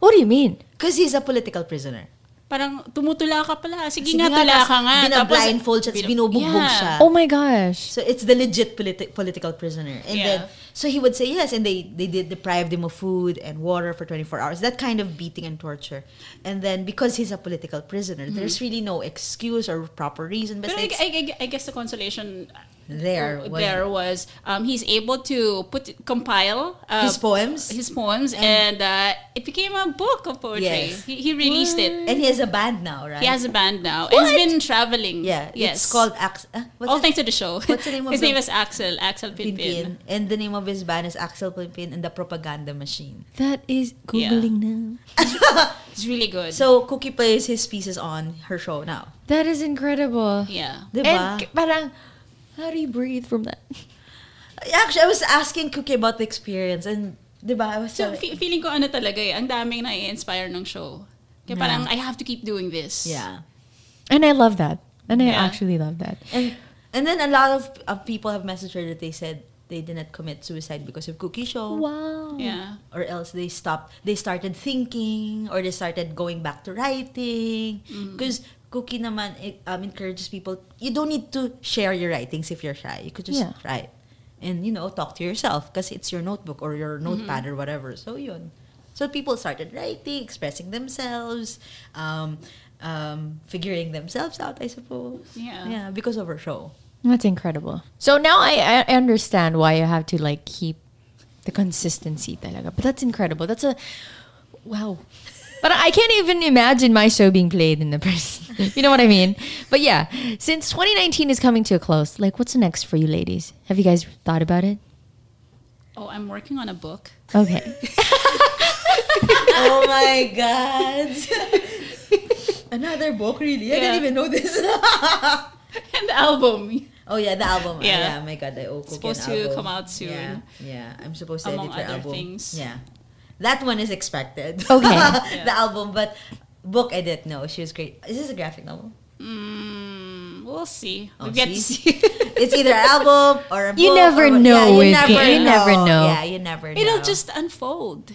B: What do you mean?
D: Because he's a political prisoner.
C: Parang tumutula ka pala. Sige,
D: Sige
C: nga,
D: nga,
C: tula
D: tas
C: ka nga. Tapos-
D: Binablindfold siya, tapos binubugbog
C: Yeah.
D: siya.
B: Oh my gosh.
D: So it's the legit politi- political prisoner. And
C: Yeah.
D: then, so he would say yes, and they, they did deprived him of food and water for 24 hours. That kind of beating and torture. And then, because he's a
C: Mm-hmm.
D: political prisoner, there's really no excuse or proper reason. But
C: Pero I,
D: it's,
C: I- I- I guess the consolation uh,
D: there was
C: there was um, he's able to put compile uh,
D: his poems,
C: his poems and, uh, it became a book of poetry.
D: Yes.
C: He, he released it.
D: and he has a band now, right?
C: He has a band now.
B: What?
C: He's been traveling.
D: Yeah,
C: yes.
D: it's called Ax- uh, what's
C: All
D: it?
C: thanks to the show.
D: What's the name of
C: his
D: the-
C: name is Axel Axel Pinpin.
D: Pinpin. And the name of his band is Axel Pinpin and the Propaganda Machine.
B: That is
C: Yeah.
B: googling now.
C: It's really good.
D: So Cookie plays his pieces on her show now.
B: That is incredible.
C: yeah.
D: Diba?
B: And k- parang, how do you breathe from that?
D: Actually, I was asking Cookie about the experience and diba, I was
C: So
D: telling-
C: fe- feeling ko ano talaga eh, ang daming na-inspire ng show. Kaya parang I have to keep doing this.
D: yeah.
B: And I love that. And I
C: Yeah.
B: actually love that.
D: And and then a lot of, of people have messaged her that they said they did not commit suicide because of Cookie Show.
B: Wow.
C: Yeah.
D: Or else they stopped they started thinking or they started going back to writing. Because Cookie naman it, um, encourages people you don't need to share your writings if you're shy. You could just
B: Yeah.
D: write. And you know, talk to yourself because it's your notebook or your notepad or whatever. So yun. So people started writing, expressing themselves, um, um, figuring themselves out, I suppose.
C: Yeah.
D: Yeah, because of her show.
B: That's incredible. So now I, I understand why you have to like keep the consistency talaga. But that's incredible. That's a wow. But I can't even imagine my show being played in the person. You know what I mean? But yeah, since 2019 is coming to a close, like what's next for you ladies? Have you guys thought about it?
C: Oh, I'm working on a book.
B: Okay.
D: oh my god. Another book, really? I
C: Yeah.
D: didn't even know this.
C: And the album.
D: oh yeah, the album. Yeah,
C: Yeah.
D: yeah my god, I owe Cookie
C: Supposed
D: an
C: to
D: album.
C: come out soon.
D: Yeah, yeah. I'm supposed to
C: Among
D: edit her
C: other
D: album.
C: things.
D: Yeah, that one is expected.
B: Okay.
D: the album, but book I didn't know. She was great. Is this a graphic novel?
C: Mm, we'll see.
D: Oh,
C: we'll get to
D: see?
C: see.
D: It's either an album or a book.
B: You never
D: or, what-
B: know
D: Yeah, you
B: with
D: never
B: Kate. You
D: know.
B: never know.
D: Yeah, you never know.
C: It'll just unfold.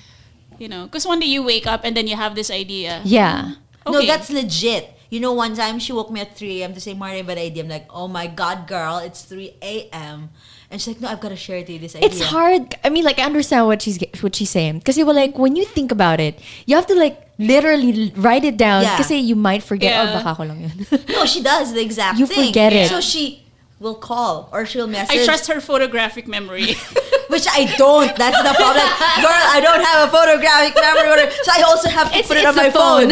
C: You know, because one day you wake up and then you have this idea.
B: Yeah.
D: No,
C: Okay.
D: that's legit. You know, one time she woke me at 3 a.m. to say, Marty, but idea. I'm like, oh my God, girl, it's 3 a.m. And she's like, no, I've got to share to you this idea.
B: It's hard. I mean, like I understand what she's what she's saying because you were like when you think about it, you have to like literally write it down
D: Yeah.
B: because you might forget.
C: Yeah.
B: Oh, baka ko lang yun.
D: No, she does the exact
B: You
D: thing.
B: forget it.
D: So she will call or she'll
C: I
D: message.
C: trust her photographic memory.
D: Which I don't. That's the problem. girl, I don't have a photographic memory. Whatever. So I also have to
B: It's-
D: put it
B: it's
D: on
B: the
D: my phone.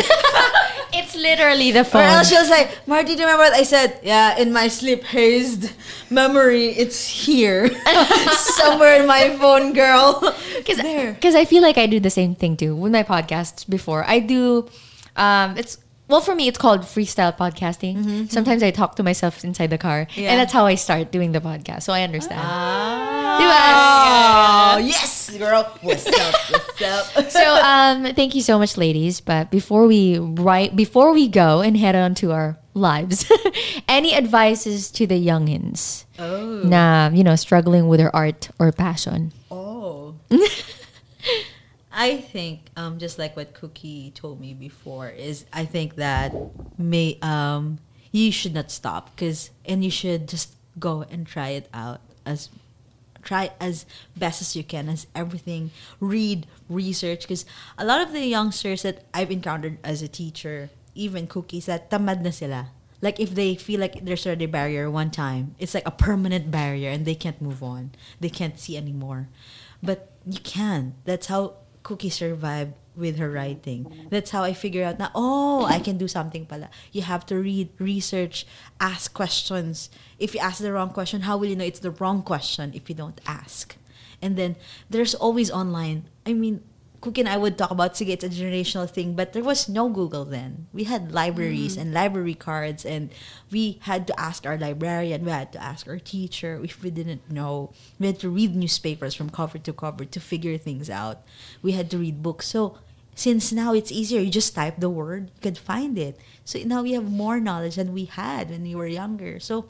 B: it's literally the phone.
D: Or else she'll say, Marty, do you remember what I said? Yeah, in my sleep hazed memory, it's here. Somewhere in my phone, girl. There.
B: Because I feel like I do the same thing too with my podcasts before. I do, um, it's, well, for me, it's called freestyle podcasting. Sometimes I talk to myself inside the car,
D: Yeah.
B: and that's how I start doing the podcast. So I understand.
D: Oh, yes, girl. What's up? What's up?
B: so um, thank you so much, ladies. But before we right before we go and head on to our lives, any advices to the youngins?
D: Oh.
B: Nah, you know, struggling with their art or passion.
D: Oh. I think um, just like what Cookie told me before is I think that may um, you should not stop because and you should just go and try it out as try as best as you can as everything read research because a lot of the youngsters that I've encountered as a teacher even cookies that tamad na sila like if they feel like there's already a barrier one time it's like a permanent barrier and they can't move on they can't see anymore but you can that's how cookie survived with her writing that's how i figure out na oh i can do something pala you have to read research ask questions if you ask the wrong question how will you know it's the wrong question if you don't ask and then there's always online. I mean, Cookie and I would talk about sige, it's a generational thing, but there was no Google then. We had libraries and library cards, and we had to ask our librarian, we had to ask our teacher if we didn't know. We had to read newspapers from cover to cover to figure things out. We had to read books. So since now it's easier, you just type the word, you can find it. So now we have more knowledge than we had when we were younger. So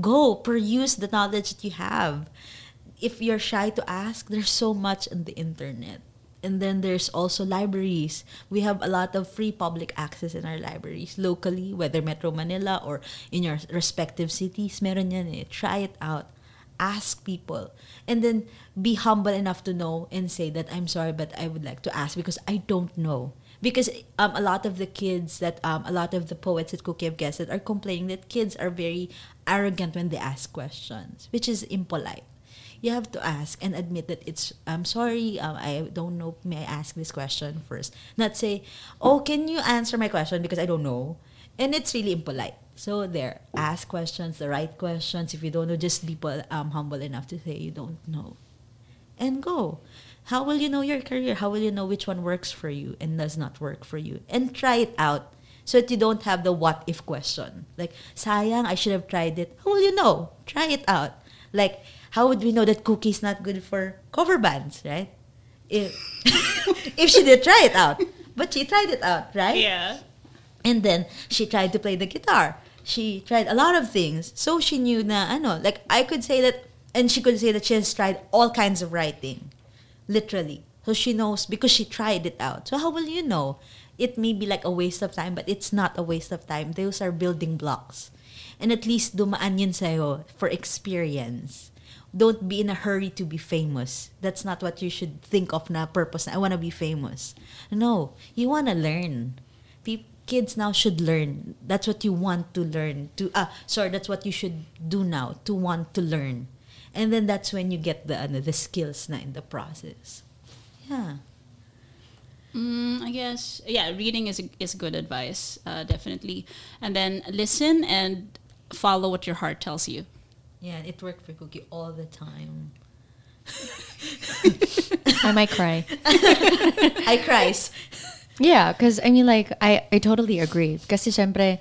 D: go peruse the knowledge that you have if you're shy to ask there's so much on the internet and then there's also libraries we have a lot of free public access in our libraries locally whether metro manila or in your respective cities meron yan eh. try it out ask people and then be humble enough to know and say that i'm sorry but i would like to ask because i don't know because um, a lot of the kids that um, a lot of the poets at Cookie of Guests are complaining that kids are very arrogant when they ask questions, which is impolite. You have to ask and admit that it's I'm sorry, um, I don't know. May I ask this question first? Not say, oh, can you answer my question because I don't know, and it's really impolite. So there, ask questions, the right questions. If you don't know, just be pol- um, humble enough to say you don't know and go. How will you know your career? How will you know which one works for you and does not work for you? And try it out so that you don't have the what if question. Like, sayang, I should have tried it. How will you know? Try it out. Like, how would we know that cookie's not good for cover bands, right? If, if she did try it out. But she tried it out, right?
C: Yeah.
D: And then she tried to play the guitar. She tried a lot of things. So she knew na ano, like I could say that and she could say that she has tried all kinds of writing. Literally. So she knows because she tried it out. So how will you know? It may be like a waste of time, but it's not a waste of time. Those are building blocks. And at least dumaan yun sa'yo for experience. Don't be in a hurry to be famous. That's not what you should think of na purpose. na, I want to be famous. No, you want to learn pe- kids now should learn. That's what you want to learn. To ah, sorry, that's what you should do now to want to learn, and then that's when you get the ano, the skills na in the process. Yeah.
C: Mm, I guess yeah, reading is is good advice, uh, definitely. And then listen and follow what your heart tells you.
D: Yeah, it worked for Cookie all the time.
B: I might cry.
D: I cries.
B: Yeah, because I mean, like, I, I totally agree. Because, siempre,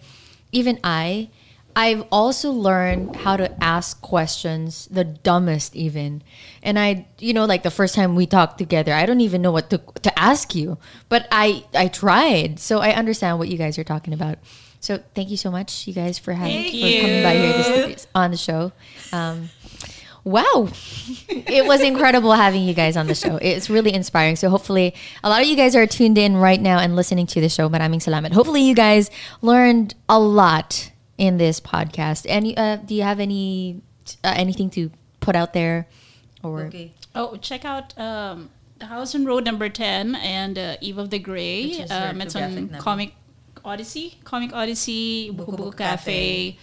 B: even I, I've also learned how to ask questions, the dumbest even. And I, you know, like the first time we talked together, I don't even know what to, to ask you, but I, I tried. So I understand what you guys are talking about. So thank you so much, you guys, for having
C: Thank
B: for coming by here this, on the show. Um, Wow. it was incredible having you guys on the show. It's really inspiring. So hopefully a lot of you guys are tuned in right now and listening to the show. Maraming salamat. Hopefully you guys learned a lot in this podcast. Any uh, do you have any uh, anything to put out there or
D: Okay.
C: Oh, check out um, the House on Road Number Ten and uh, Eve of the
D: Which
C: Gray.
D: is
C: Um,
D: her
C: it's on
D: graphic novel.
C: Comic Odyssey, Comic Odyssey, Buku
D: Buku
C: Buku
D: Buku
C: Cafe,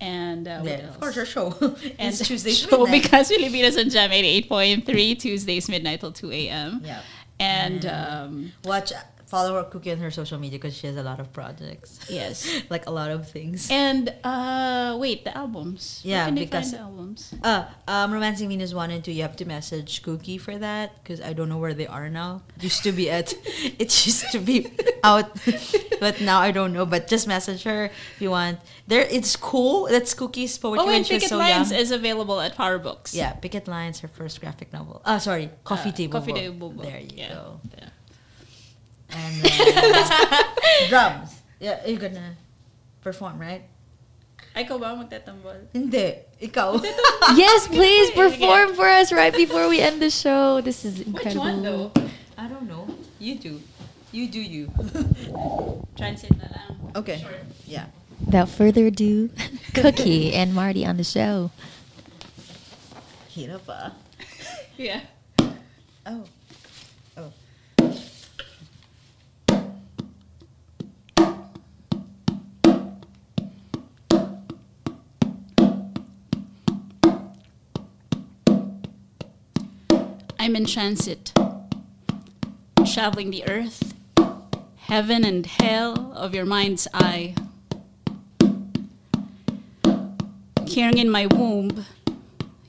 C: and uh, what
D: Then,
C: else?
D: of course, our show.
C: and
D: it's Tuesday
C: show because Filipinas on Jam 88.3 Tuesdays midnight till 2 a.m.
D: Yeah.
C: And um,
D: Watch, follow her Cookie on her social media because she has a lot of projects,
C: yes.
D: like a lot of things.
C: And uh, wait, the albums. Where
D: Yeah,
C: can they
D: because-
C: find the albums.
D: Uh, um, Romancing Venus 1 and 2, you have to message Cookie for that because I don't know where they are now. It used to be at, it used to be out, but now I don't know. But just message her if you want. There, It's cool. That's Cookie's poetry
C: Oh,
D: when
C: and
D: she was
C: Picket
D: so
C: Lines
D: young.
C: is available at Power Books.
D: yeah, Picket Lines, her first graphic novel. Ah, sorry, Coffee
C: Uh,
D: Table
C: Coffee
D: Book.
C: Table Book,
D: There you
C: yeah.
D: go.
C: Yeah.
D: And uh, drums. Yeah, you're gonna perform, right?
C: Ikaw ba ang magtatambol?
D: Hindi, ikaw.
B: Yes, please perform for us right before we end the show. This is
C: Which
B: incredible.
C: one though?
D: I don't know. You do. You do you.
C: Transit na lang.
D: Okay.
C: Sure.
D: Yeah.
B: Without further ado, Cookie and Marty on the show.
D: Hirap ah.
C: Yeah.
D: Oh. Oh.
C: I'm in transit, traveling the earth, heaven and hell of your mind's eye. Carrying in my womb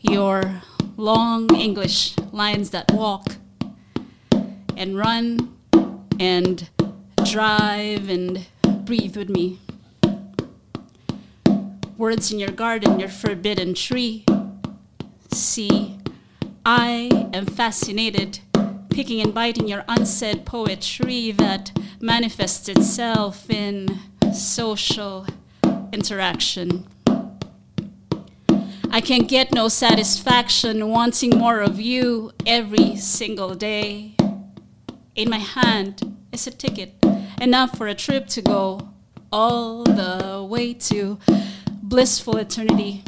C: your long English lines that walk and run and drive and breathe with me. Words in your garden, your forbidden tree. See, I am fascinated, picking and biting your unsaid poetry that manifests itself in social interaction. I can get no satisfaction wanting more of you every single day. In my hand is a ticket, enough for a trip to go all the way to blissful eternity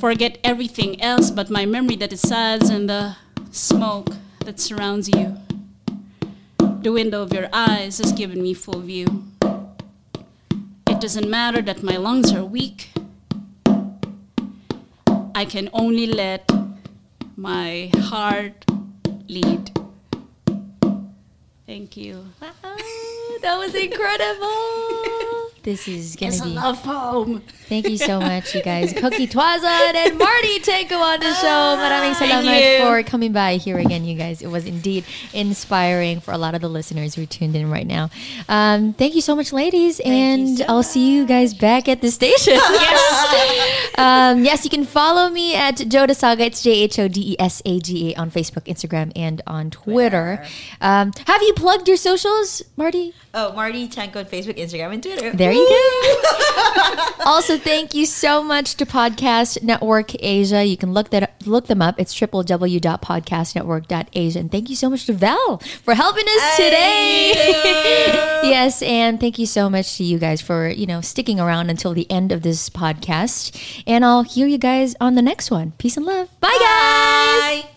C: forget everything else but my memory that resides in the smoke that surrounds you. The window of your eyes has given me full view. It doesn't matter that my lungs are weak. I can only let my heart lead. Thank you.
B: that was incredible. this is gonna
C: It's a
B: be.
C: love poem.
B: Thank you so much, you guys. Cookie Twazan and Marty Tenko on the show. Maraming
C: Thank
B: salamat
C: you.
B: for coming by here again, you guys. It was indeed inspiring for a lot of the listeners who tuned in right now. Um, thank you so much, ladies, and I'll see you guys back at the station. yes. um, yes, you can follow me at Joda Saga. It's J H O D E S A G A on Facebook, Instagram, and on Twitter. Um, have you plugged your socials, Marty?
D: Oh, Marty Tanko on Facebook, Instagram, and Twitter.
B: There you go. also, thank you so much to Podcast Network Asia. You can look that look them up. It's www.podcastnetwork.asia. And thank you so much to Val for helping us today. yes, and thank you so much to you guys for you know sticking around until the end of this podcast. And I'll hear you guys on the next one. Peace and love. Bye, guys.
D: Bye.